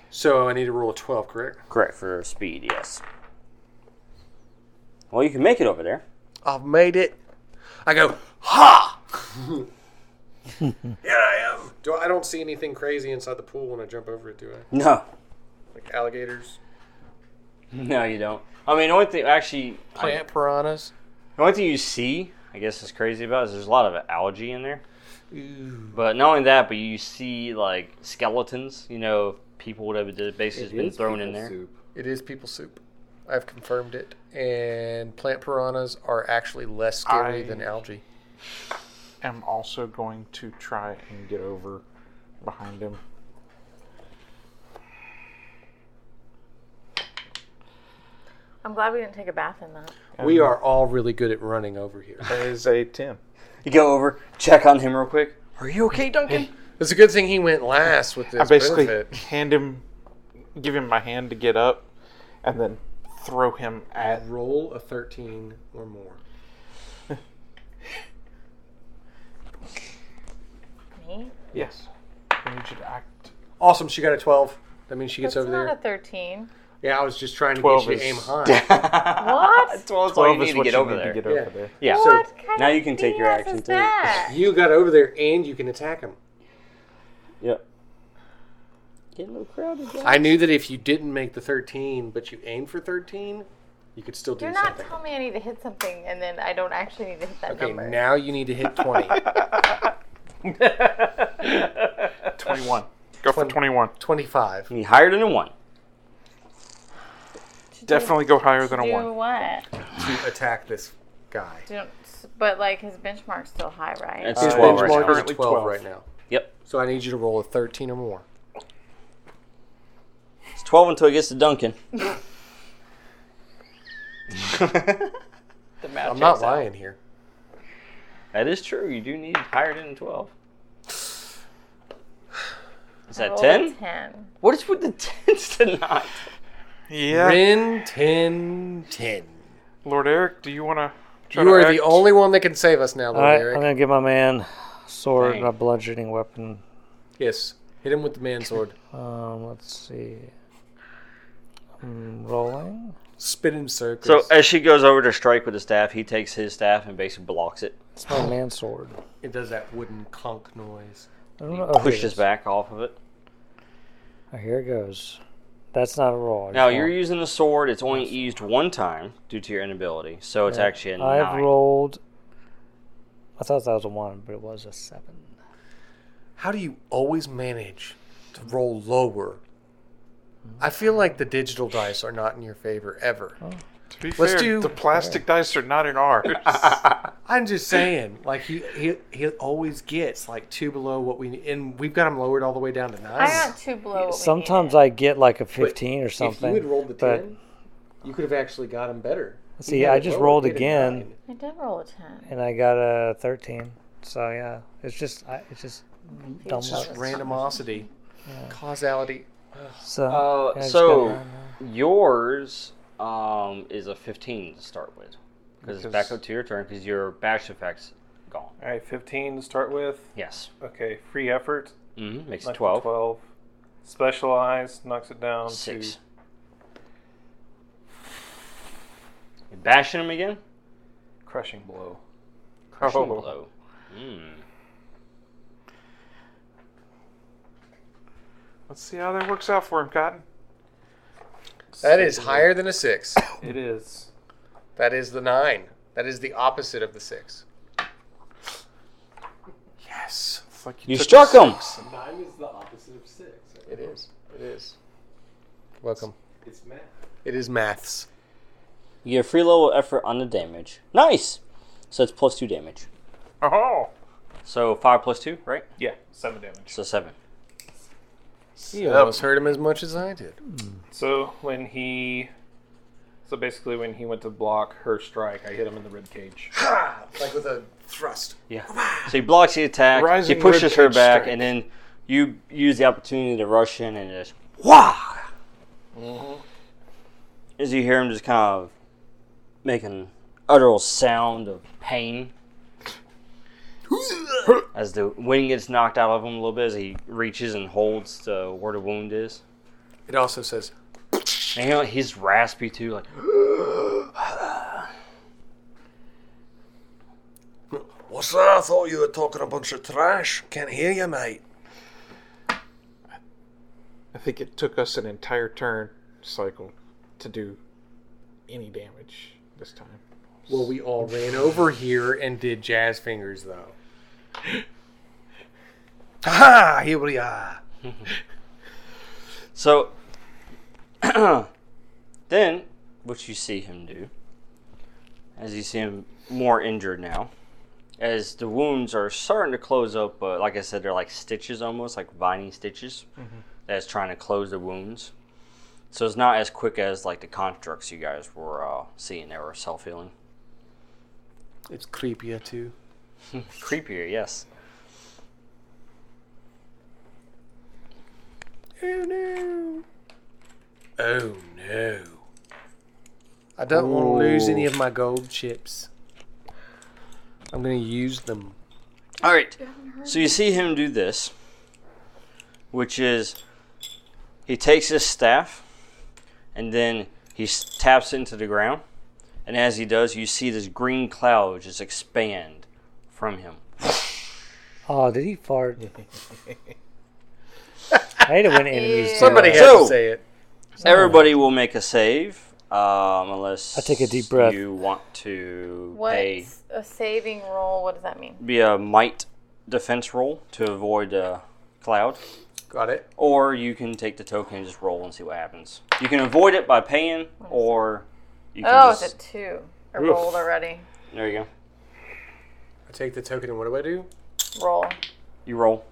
D: so I need to roll a 12, correct?
B: correct for speed. Yes. Well, you can make it over there.
D: I've made it. I go, ha!
N: Here I am. Do I, I don't see anything crazy inside the pool when I jump over it, do I?
B: No,
N: Like alligators.
B: no, you don't. I mean, the only thing actually,
D: Plant piranhas.
B: The only thing you see, I guess, is crazy about is there's a lot of algae in there. But not only that, but you see like skeletons. You know, people would have just basically
G: it
B: just been
G: is
B: thrown in
G: people
B: there.
G: soup.
D: It is people soup. I've confirmed it. And plant piranhas are actually less scary
C: I-
D: than algae.
C: I'm also going to try and get over behind him.
E: I'm glad we didn't take a bath in that.
D: We are all really good at running over here.
C: That is a 10.
B: You go over, check on him real quick. Are you okay, Duncan?
D: It's a good thing he went last with this
C: I basically
D: benefit.
C: hand him, give him my hand to get up, and then throw him at.
D: Roll a 13 or more.
E: Me?
C: Yes. I need you to act.
D: Awesome, she got a 12. That means she gets
E: That's
D: over
E: not
D: there.
E: a 13.
D: yeah, I was just trying to
C: 12
D: get you to
C: is-
D: aim high.
E: What?
B: That's all Oh, you need
C: is
B: to
C: what
B: get
C: you
B: over
C: need to
B: there.
C: get over
D: Yeah.
C: there.
B: Yeah.
E: what kind
B: now
E: of
B: you can take your
E: BS
B: action
E: is
B: too.
E: that?
D: you got over there and you can attack him.
B: Yep. Get a little crowded. Guys.
D: I knew that if you didn't make the 13, but you aimed for 13, you could still do
E: You're not
D: something.
E: telling me I need to hit something and then I don't actually need to hit that
D: okay,
E: number.
D: now you need to hit 20.
C: 21. Go for 21.
D: 25.
B: He higher than a one.
C: Definitely go higher than a
E: Do
C: 1.
E: what?
D: To attack this guy.
E: Do, but like his benchmark's still high, right?
B: It's
D: His
B: twelve right
D: benchmark
B: now.
D: is
C: Currently
D: 12
C: 12.
D: right now.
B: Yep.
D: So I need you to roll a 13 or more.
B: It's twelve until he gets to Duncan.
D: I'm not lying here.
B: That is true. You do need higher than twelve. Is
E: I
B: that
E: rolled a
B: ten?
E: 10.
B: What is with the tens tonight?
C: Yeah.
D: Rin, 10, 10.
C: Lord Eric, do you want to try
D: You
C: to
D: are
C: act?
D: the only one that can save us now, Lord
F: All right, I'm
D: Eric.
F: gonna give my man sword
B: Dang.
F: and a bludgeoning weapon.
D: Yes. Hit him with the man sword.
F: Um, let's see. I'm rolling.
D: Spin in circles.
B: So uh, as she goes over to strike with the staff, he takes his staff and basically blocks it,
F: It's my man sword.
D: it does that wooden clunk noise.
F: I don't know. Oh, here it
B: pushes
F: is.
B: back off of it.
F: Oh, here it goes. That's not a roll. I
B: Now
F: just
B: you're
F: rolled.
B: using the sword; it's only used one time due to your inability, so it's actually a
F: I've
B: nine.
F: rolled. I thought that was a one, but it was a seven.
D: How do you always manage to roll lower? I feel like the digital dice are not in your favor ever.
C: To be
D: Let's
C: fair,
D: do-
C: the plastic dice are not in ours.
D: I'm just saying, like he he, he always gets like two below what we and we've got him lowered all the way down to nine.
E: I got two below. What
F: Sometimes
E: we
F: I get like a fifteen
D: Oh,
F: or
D: if you
F: something.
D: had rolled the
F: but-
D: ten, you could have actually got him better.
F: See,
D: You had
F: I
D: it
F: just
D: lower,
F: rolled
D: you did a
F: again.
D: nine.
E: I did roll a 10.
F: and I got a 13. So yeah, it's just I, it's just dumb
D: Just
F: luck.
D: randomosity.
O: Causality.
F: So,
B: Uh,
F: yeah, I just got
B: so
F: mine now.
B: yours um, is a 15 to start with because it's back
C: Because-
B: up to your turn because your bash effect's gone.
G: All right, 15 to start with.
B: Yes,
G: Okay, free effort.
B: hmm makes it
G: knocks it
B: 12.
G: 12. Specialized knocks it down
B: Six.
G: to.
B: You bashing him again?
G: Crushing blow.
B: Crushing
G: Oh.
B: blow. Mm.
C: Let's see how that works out for him, Cotton.
O: That is higher than a six.
G: It is.
O: That is the nine. That is the opposite of the six.
C: Yes. It's like
B: You
C: took
B: struck him.
H: Nine is the opposite of six. right?
O: It is. It is. Welcome.
H: It's math.
O: It is maths.
B: You get a free level effort on the damage. Nice. So it's plus two damage.
C: a- Oh,
B: So five plus two, right?
G: Yeah, seven damage.
B: So seven.
O: You almost hurt him as much as I did.
G: So when he. So basically, when he went to block her strike, I hit him in the rib cage.
D: Ah,
O: Like with a thrust.
B: Yeah. So he blocks the attack.
C: Rising
B: he pushes her
C: ribcage
B: back,
C: strike.
B: and then you use the opportunity to rush in and just wah. As you hear him just kind of make an utteral sound of pain as the wind gets knocked out of him a little bit as he reaches and holds to where the wound is.
D: It also says
B: And you know, he's raspy too, like
D: What's that? I thought you were talking a bunch of trash. Can't hear you, mate.
C: I think it took us an entire turn cycle to do any damage this time.
O: Well, we all ran over here and did jazz fingers, though.
D: Ha ha! Here we are.
B: So then what you see him do as you see him more injured now as the wounds are starting to close up but like I said they're like stitches almost like vining stitches that's trying to close the wounds so it's not as quick as like the constructs you guys were uh, seeing that were self-healing
D: It's creepier too.
B: creepier yes
D: Oh no! I don't want to lose any of my gold chips. I'm gonna use them.
B: All right. So you see him do this, which is he takes his staff and then he s- taps it into the ground. And as he does, you see this green cloud just expand from him.
F: Oh, did he fart? I hate it when enemies. do
O: Somebody
F: that.
O: has
B: So-
O: to say it.
B: Everybody will make a save, um, unless
F: I take a deep breath.
B: You want to
E: What's
B: pay
E: a saving roll? What does that mean?
B: be a might defense roll to avoid the cloud.
O: Got it.
B: or you can take the token and just roll and see what happens. You can avoid it by paying, or you can
E: Oh,
B: just,
E: it's a two. I rolled already.
B: there you go.
O: I take the token, and what do I do?
E: Roll.
B: You roll.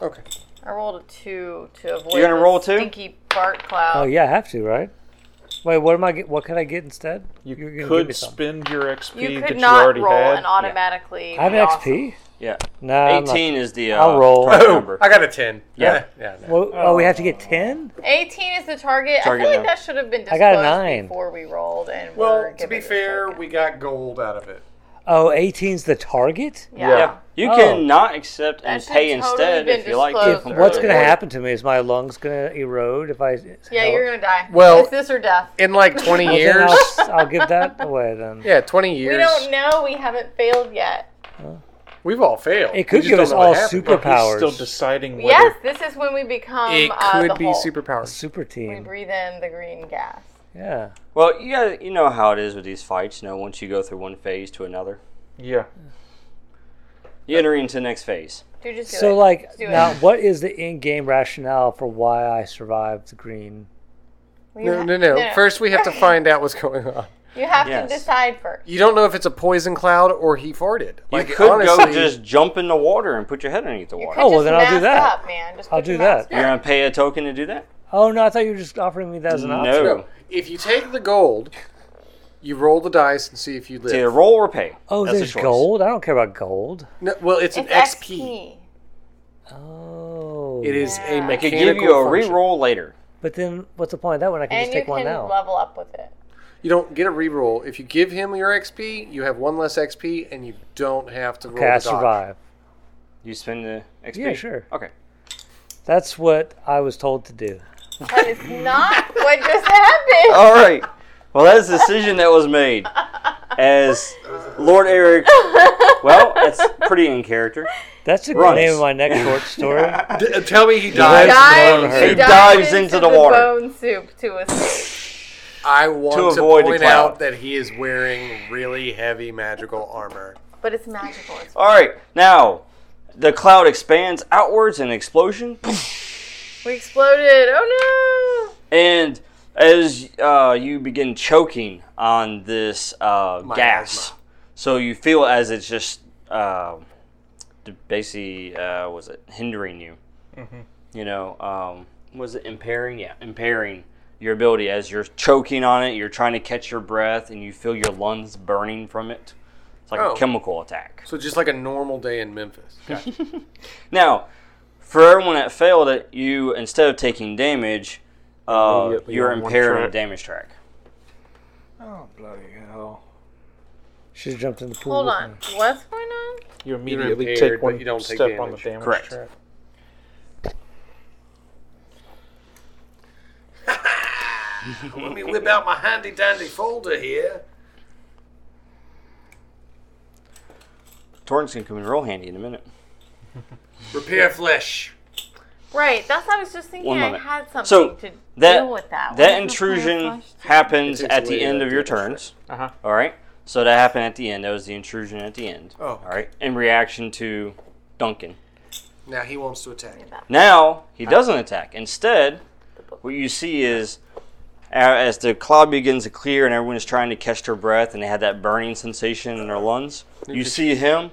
O: Okay.
E: I rolled a two to avoid.
B: You're gonna
E: the
B: roll a two?
E: Stinky fart cloud.
F: Oh yeah, I have to, right? Wait, what am I? Get, what can I get instead? You are gonna give me
C: Could
F: something.
C: spend your XP
E: You
C: that
E: could
C: you
E: not
C: already
E: roll
C: had.
E: and automatically.
F: I have
E: be
F: an
E: awesome.
F: XP.
B: Yeah,
F: Nah,
B: eighteen is the uh,
F: I'll roll. Oh.
B: target number.
O: I got a 10.
B: Yeah.
O: Yeah.
F: I'm not, well, oh, we have to get ten.
E: 18 is the
B: Target
E: target. I feel like
B: number.
E: that should have been
F: I
E: disclosed
F: got a nine.
E: before we rolled. And we're
O: Well, to
E: giving
O: be
E: the
O: fair,
E: token.
O: we got gold out of it.
F: Oh, 18's the target.
E: yeah.
B: Yeah, you
F: Oh.
B: can not accept and
E: That
B: pay
E: should totally
B: instead
E: been
B: if you like.
E: disclosed
B: From
F: What's
B: earlier.
F: gonna happen to me? Is my lungs gonna erode if I?
E: Uh, Yeah, you're gonna die.
O: Well-
E: it's this or death.
O: In like 20
F: Then
O: years.
F: I'll, s- I'll give that away then.
O: Yeah, 20
E: We
O: years.
E: don't know. We haven't failed yet.
O: We've all failed.
F: It could
O: We just
F: give
O: don't
F: us
O: know what
F: all
O: happened.
F: superpowers.
C: Still deciding whether
E: Yes, this is when we become.
O: It
E: uh,
O: could
E: the
O: be
E: Hulk.
O: superpowers.
F: Super
E: We
F: team.
E: breathe in the green gas.
F: Yeah.
B: Well, you guys, you know how it is with these fights. You know, once you go through one phase to another,
C: Yeah.
B: you enter into the next phase.
E: Dude, just do
F: So
E: it.
F: like
E: Just do it.
F: now, what is the in-game rationale for why I survived the green?
E: We
O: No,
E: ha-
O: no, no. First, we have to find out what's going on.
E: You have
B: Yes.
E: to decide first.
O: You don't know if it's a poison cloud or he farted.
B: You
O: Like,
B: could go
O: honestly,
B: just jump in the water and put your head underneath the
E: You
B: water.
E: could
F: Oh, well,
E: just
F: then I'll do
E: mask
F: that.
E: Up, man. Just
F: I'll
E: put
F: do
E: your
F: that.
E: mask
B: You're gonna pay a token to do that?
F: Oh no, I thought you were just offering me that as an option.
B: No,
O: If you take the gold, you roll the dice and see if you
B: it's either
O: live.
B: roll or pay.
F: Oh,
B: That's a
F: there's
B: choice.
F: gold. I don't care about gold.
O: No, well, it's,
E: It's
O: an XP.
E: XP.
F: Oh.
D: It is a
E: Yeah.
B: I
D: mechanical
B: could give you a
D: function.
B: reroll later.
F: But then what's the point of that one? I can
E: and
F: just
E: you
F: take one
E: can
F: now.
E: level up with it.
O: You don't get a reroll. If you give him your XP, you have one less XP, and you don't have to roll
F: okay, I
O: the dodge.
F: survive.
B: You spend the XP.
F: Yeah, sure.
B: Okay.
F: That's what I was told to do.
E: That is not what just happened.
B: All right. Well, that is a decision that was made as Lord Eric. Well, that's pretty in character.
F: That's the
B: Runs.
F: name of my next short story.
D: D- tell me he
E: He
D: died.
E: dives,
B: He
E: he
B: dives into the water.
E: bone soup to escape.
D: I want
B: to
D: to,
B: avoid the
D: point
B: cloud.
D: out that he is wearing really heavy magical armor.
E: But it's magical. It's
B: All right. Now, the cloud expands outwards in explosion,
E: We exploded. Oh
B: and as uh, you begin choking on this uh, gas, so you feel as it's just uh, basically uh, was it hindering you?
G: Mm-hmm.
B: You know, um, was it impairing? Yeah, impairing your ability as you're choking on it. You're trying to catch your breath, and you feel your lungs burning from it. It's like
O: Oh.
B: a chemical attack.
O: So just like a normal day in Memphis.
B: Now, for everyone that failed it, you instead of taking damage, uh,
G: Immediately
B: you're
G: on one
B: impaired on a
G: track.
B: damage track.
G: Oh bloody hell!
F: Should have jumped in the
E: no!
F: pool.
E: Hold
F: with
E: on.
F: me.
E: What's going on?
G: You immediately
O: impaired,
G: take
O: but
G: one
O: you don't take
G: step on the
O: damage.
G: damage
B: Correct.
G: track.
D: Let me whip out my handy dandy folder here.
B: Torrent's gonna come in real handy in a minute.
D: Repair flesh.
E: Right. That's what I was just thinking.
B: One
E: I
B: moment.
E: had something
B: So,
E: to
B: that-
E: deal with that.
B: That
E: What is the
B: intrusion
E: plan of flush?
B: happens
O: It takes
B: at the
O: away
B: end
O: the
B: of your
O: damage track.
B: turns.
G: Uh-huh.
B: All right. So that happened at the end. That was the intrusion at the end.
D: Oh.
B: All right. In reaction to Duncan.
D: Now he wants to attack.
B: Now he doesn't attack. Instead, what you see is a- as the cloud begins to clear and everyone is trying to catch their breath and they had that burning sensation in their lungs, you see him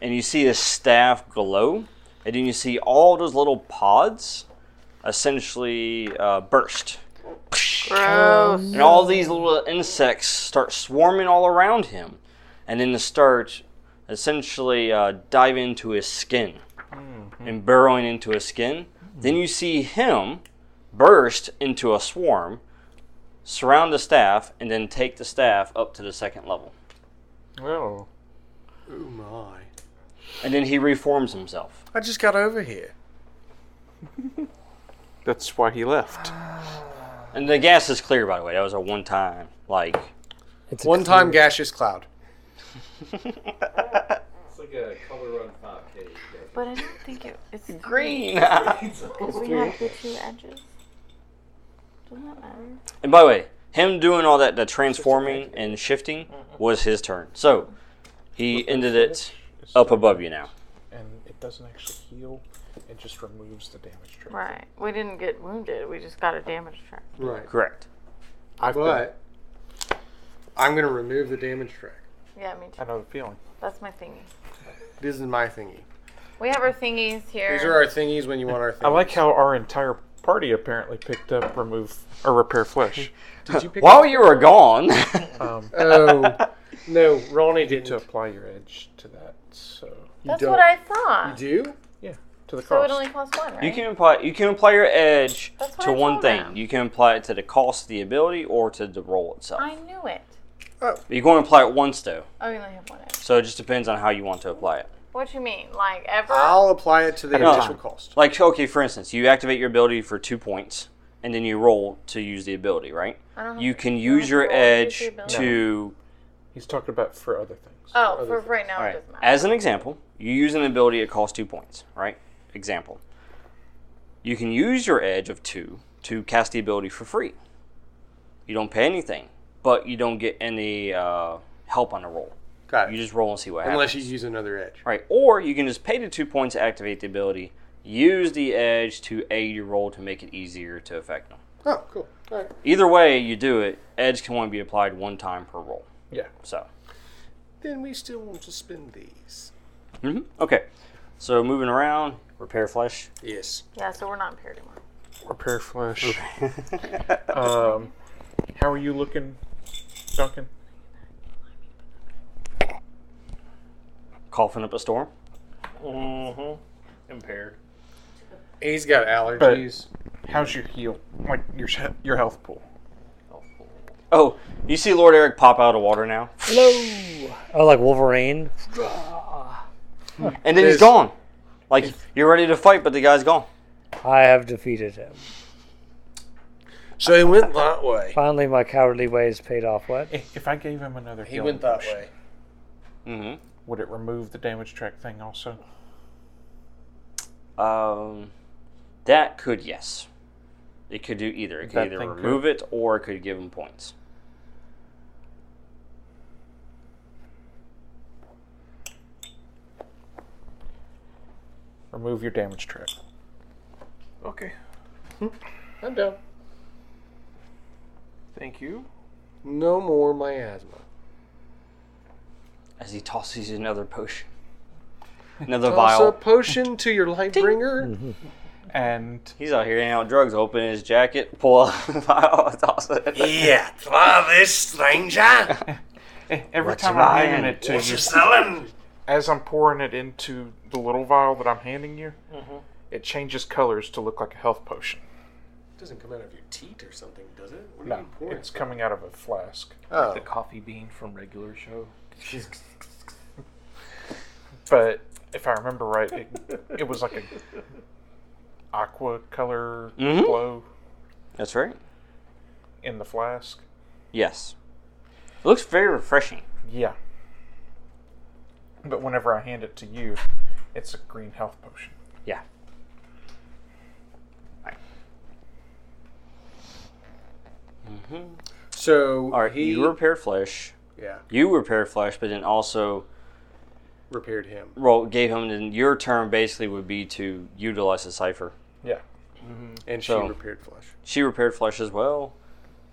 B: and you see his staff glow, and then you see all those little pods essentially uh, burst. And all these little insects start swarming all around him and then they start essentially uh, dive into his skin and burrowing into his skin. Then you see him burst into a swarm, surround the staff, and then take the staff up to the second level.
G: Well,
O: Oh my!
B: And then he reforms himself.
O: I just got over here.
G: that's why he left.
B: And the gas is clear, by the way. That was a one time, like.
F: It's a
O: One time gaseous cloud.
H: It's like a color on top cake.
E: But I don't think it, it's
B: Green!
E: Because we have the two edges. Doesn't that matter?
B: And by the way, him doing all that, the transforming and shifting was his turn. So he ended it up above you now.
G: And it doesn't actually heal; it just removes the damage track.
E: Right. We didn't get wounded. We just got a damage track.
O: Right.
B: Correct.
G: I've been,
O: But I'm gonna remove the damage track.
E: Yeah, me
G: I
E: too.
G: know the feeling.
E: That's my thingy.
O: This is my thingy.
E: We have our thingies here.
O: These are our thingies when you want our thingies.
G: I like how our entire party apparently picked up remove or repair flesh.
O: Did you pick
B: While you were gone,
G: Um,
O: Oh no, Ronnie didn't.
G: to apply your edge to that, so
E: That's
O: don't.
E: what I thought.
O: Do
G: yeah, to the
E: So
G: cost.
E: it only costs one, right?
B: you can apply you can apply your edge
E: That's what
B: to
E: I
B: one
E: told
B: thing.
E: him.
B: You can apply it to the cost of the ability or to the roll itself.
E: I knew it.
B: You're going to apply it once though,
E: Oh, you only have one edge.
B: so it just depends on how you want to apply it.
E: What you mean? Like ever?
O: I'll apply it to the
B: No.
O: initial cost.
B: Like okay, for instance, you activate your ability for two points, and then you roll to use the ability, right?
E: don't
B: You
E: know.
B: can
E: You don't
B: use
E: have
B: your
E: to roll to use
B: edge
E: the ability.
B: to
G: He's talking about for other things.
E: oh, for right now
B: All
E: it
B: right.
E: doesn't matter.
B: As an example, you use an ability that costs two points, right? Example. You can use your edge of two to cast the ability for free. You don't pay anything, but you don't get any uh, help on the roll.
O: Got
B: You
O: it.
B: just roll and see what happens.
O: Unless you use another edge.
B: Right. Or you can just pay the two points to activate the ability, use the edge to aid your roll to make it easier to affect them.
O: Oh, cool. All right.
B: Either way you do it, edge can only be applied one time per roll.
G: Yeah.
B: So.
O: Then we still want to spend these.
B: hmm Okay. So moving around, repair flesh.
O: Yes.
E: yeah, so we're not in paired anymore.
G: Repair flesh.
E: Oh.
G: um, how are you looking, Duncan?
B: Coughing up a storm.
F: Mm-hmm. Impaired.
P: He's got allergies.
C: But how's your heal? Like your he- your health pool?
B: Oh, you see Lord Eric pop out of water now,
F: Hello. Oh, like Wolverine.
B: and then he's
P: Yes.
B: gone. Like you're ready to fight, but the guy's gone.
F: I have defeated him.
D: So he went that way.
F: Finally, my cowardly ways paid off. What?
C: If if I gave him another
D: He
C: healing
D: went that
C: potion,
D: way.
B: Mm-hmm.
C: would it remove the damage track thing also?
B: Um, that could yes, it could do either. It could
C: That
B: either
C: thing could.
B: remove it or it could give him points.
C: Remove your damage track.
G: Okay.
O: I'm done.
G: Thank you.
O: No more miasma.
B: As he tosses another potion, another
O: Also,
B: vial.
O: potion to your lightbringer.
C: And
B: He's out here handing out drugs. Open his jacket, pull out the vial, toss it.
D: Yeah, try this, stranger.
C: eh, every
B: What's
C: time
B: in my
C: I'm handing
B: hand?
C: it to you,
D: selling?
C: as I'm pouring it into the little vial that I'm handing you,
G: Mm-hmm.
C: it changes colors to look like a health potion.
P: doesn't come out of your teat or something, does it? What
C: No, it's coming out of a flask.
G: The coffee bean from regular show.
C: But if I remember right, it, it was like a aqua color
B: Mhm.
C: glow
B: That's right.
C: in the flask.
B: Yes. It looks very refreshing.
C: Yeah. But whenever I hand it to you, it's a green health potion.
B: Yeah.
P: So
B: All right. You repaired flesh.
P: Yeah.
B: You repaired flesh, but then also
P: repaired him.
B: well gave him. Then your turn basically would be to utilize the cipher.
C: Yeah.
P: And she
B: So-
P: repaired flesh.
B: She repaired flesh as well.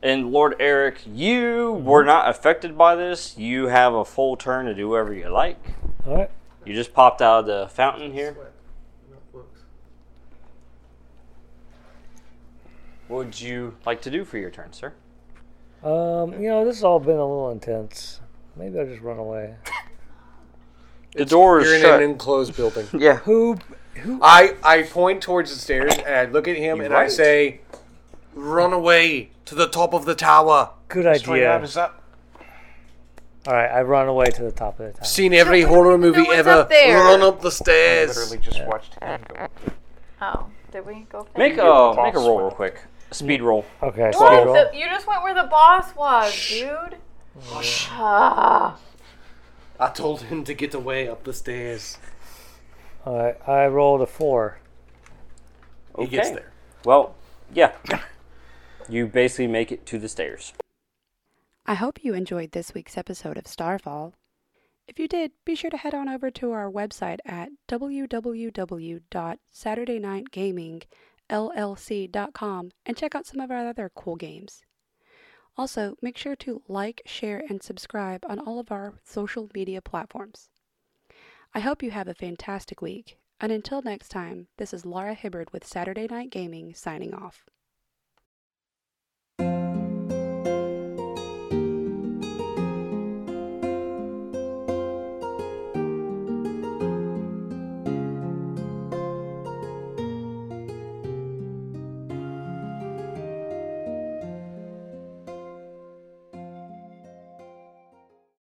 B: And Lord Eric, you were not affected by this. You have a full turn to do whatever you like.
F: All right.
B: You just popped out of the fountain here. What would you like to do for your turn, sir?
F: Um, you know, this has all been a little intense. Maybe I'll just run away.
B: The door is
O: You're in
B: shut.
O: an enclosed building.
B: yeah.
F: Who?
O: I, I point towards the stairs and I look at him
B: You
O: and I
B: right.
O: say,
D: Run away to the top of the tower.
F: Good
C: Wait,
F: idea.
C: that is up.
F: All right, I run away to the top of the tower.
D: Seen every
E: No,
D: horror movie
E: no one's
D: ever.
E: up there.
D: Run up
C: I
D: the stairs.
C: literally just watched him go.
E: Oh, did we go? fast?
B: Make a make a roll real quick. A speed roll.
F: Okay.
E: What?
F: speed roll.
E: The- you just went where the boss was, dude. Ah.
D: I told him to get away up the stairs.
F: All right, I rolled a four.
D: He gets there.
B: Well, yeah. You basically make it to the stairs.
A: I hope you enjoyed this week's episode of Starfall. If you did, be sure to head on over to our website at www.saturdaynightgamingllc.com and check out some of our other cool games. Also, make sure to like, share, and subscribe on all of our social media platforms. I hope you have a fantastic week, and until next time, this is Laura Hibbard with Saturday Night Gaming signing off.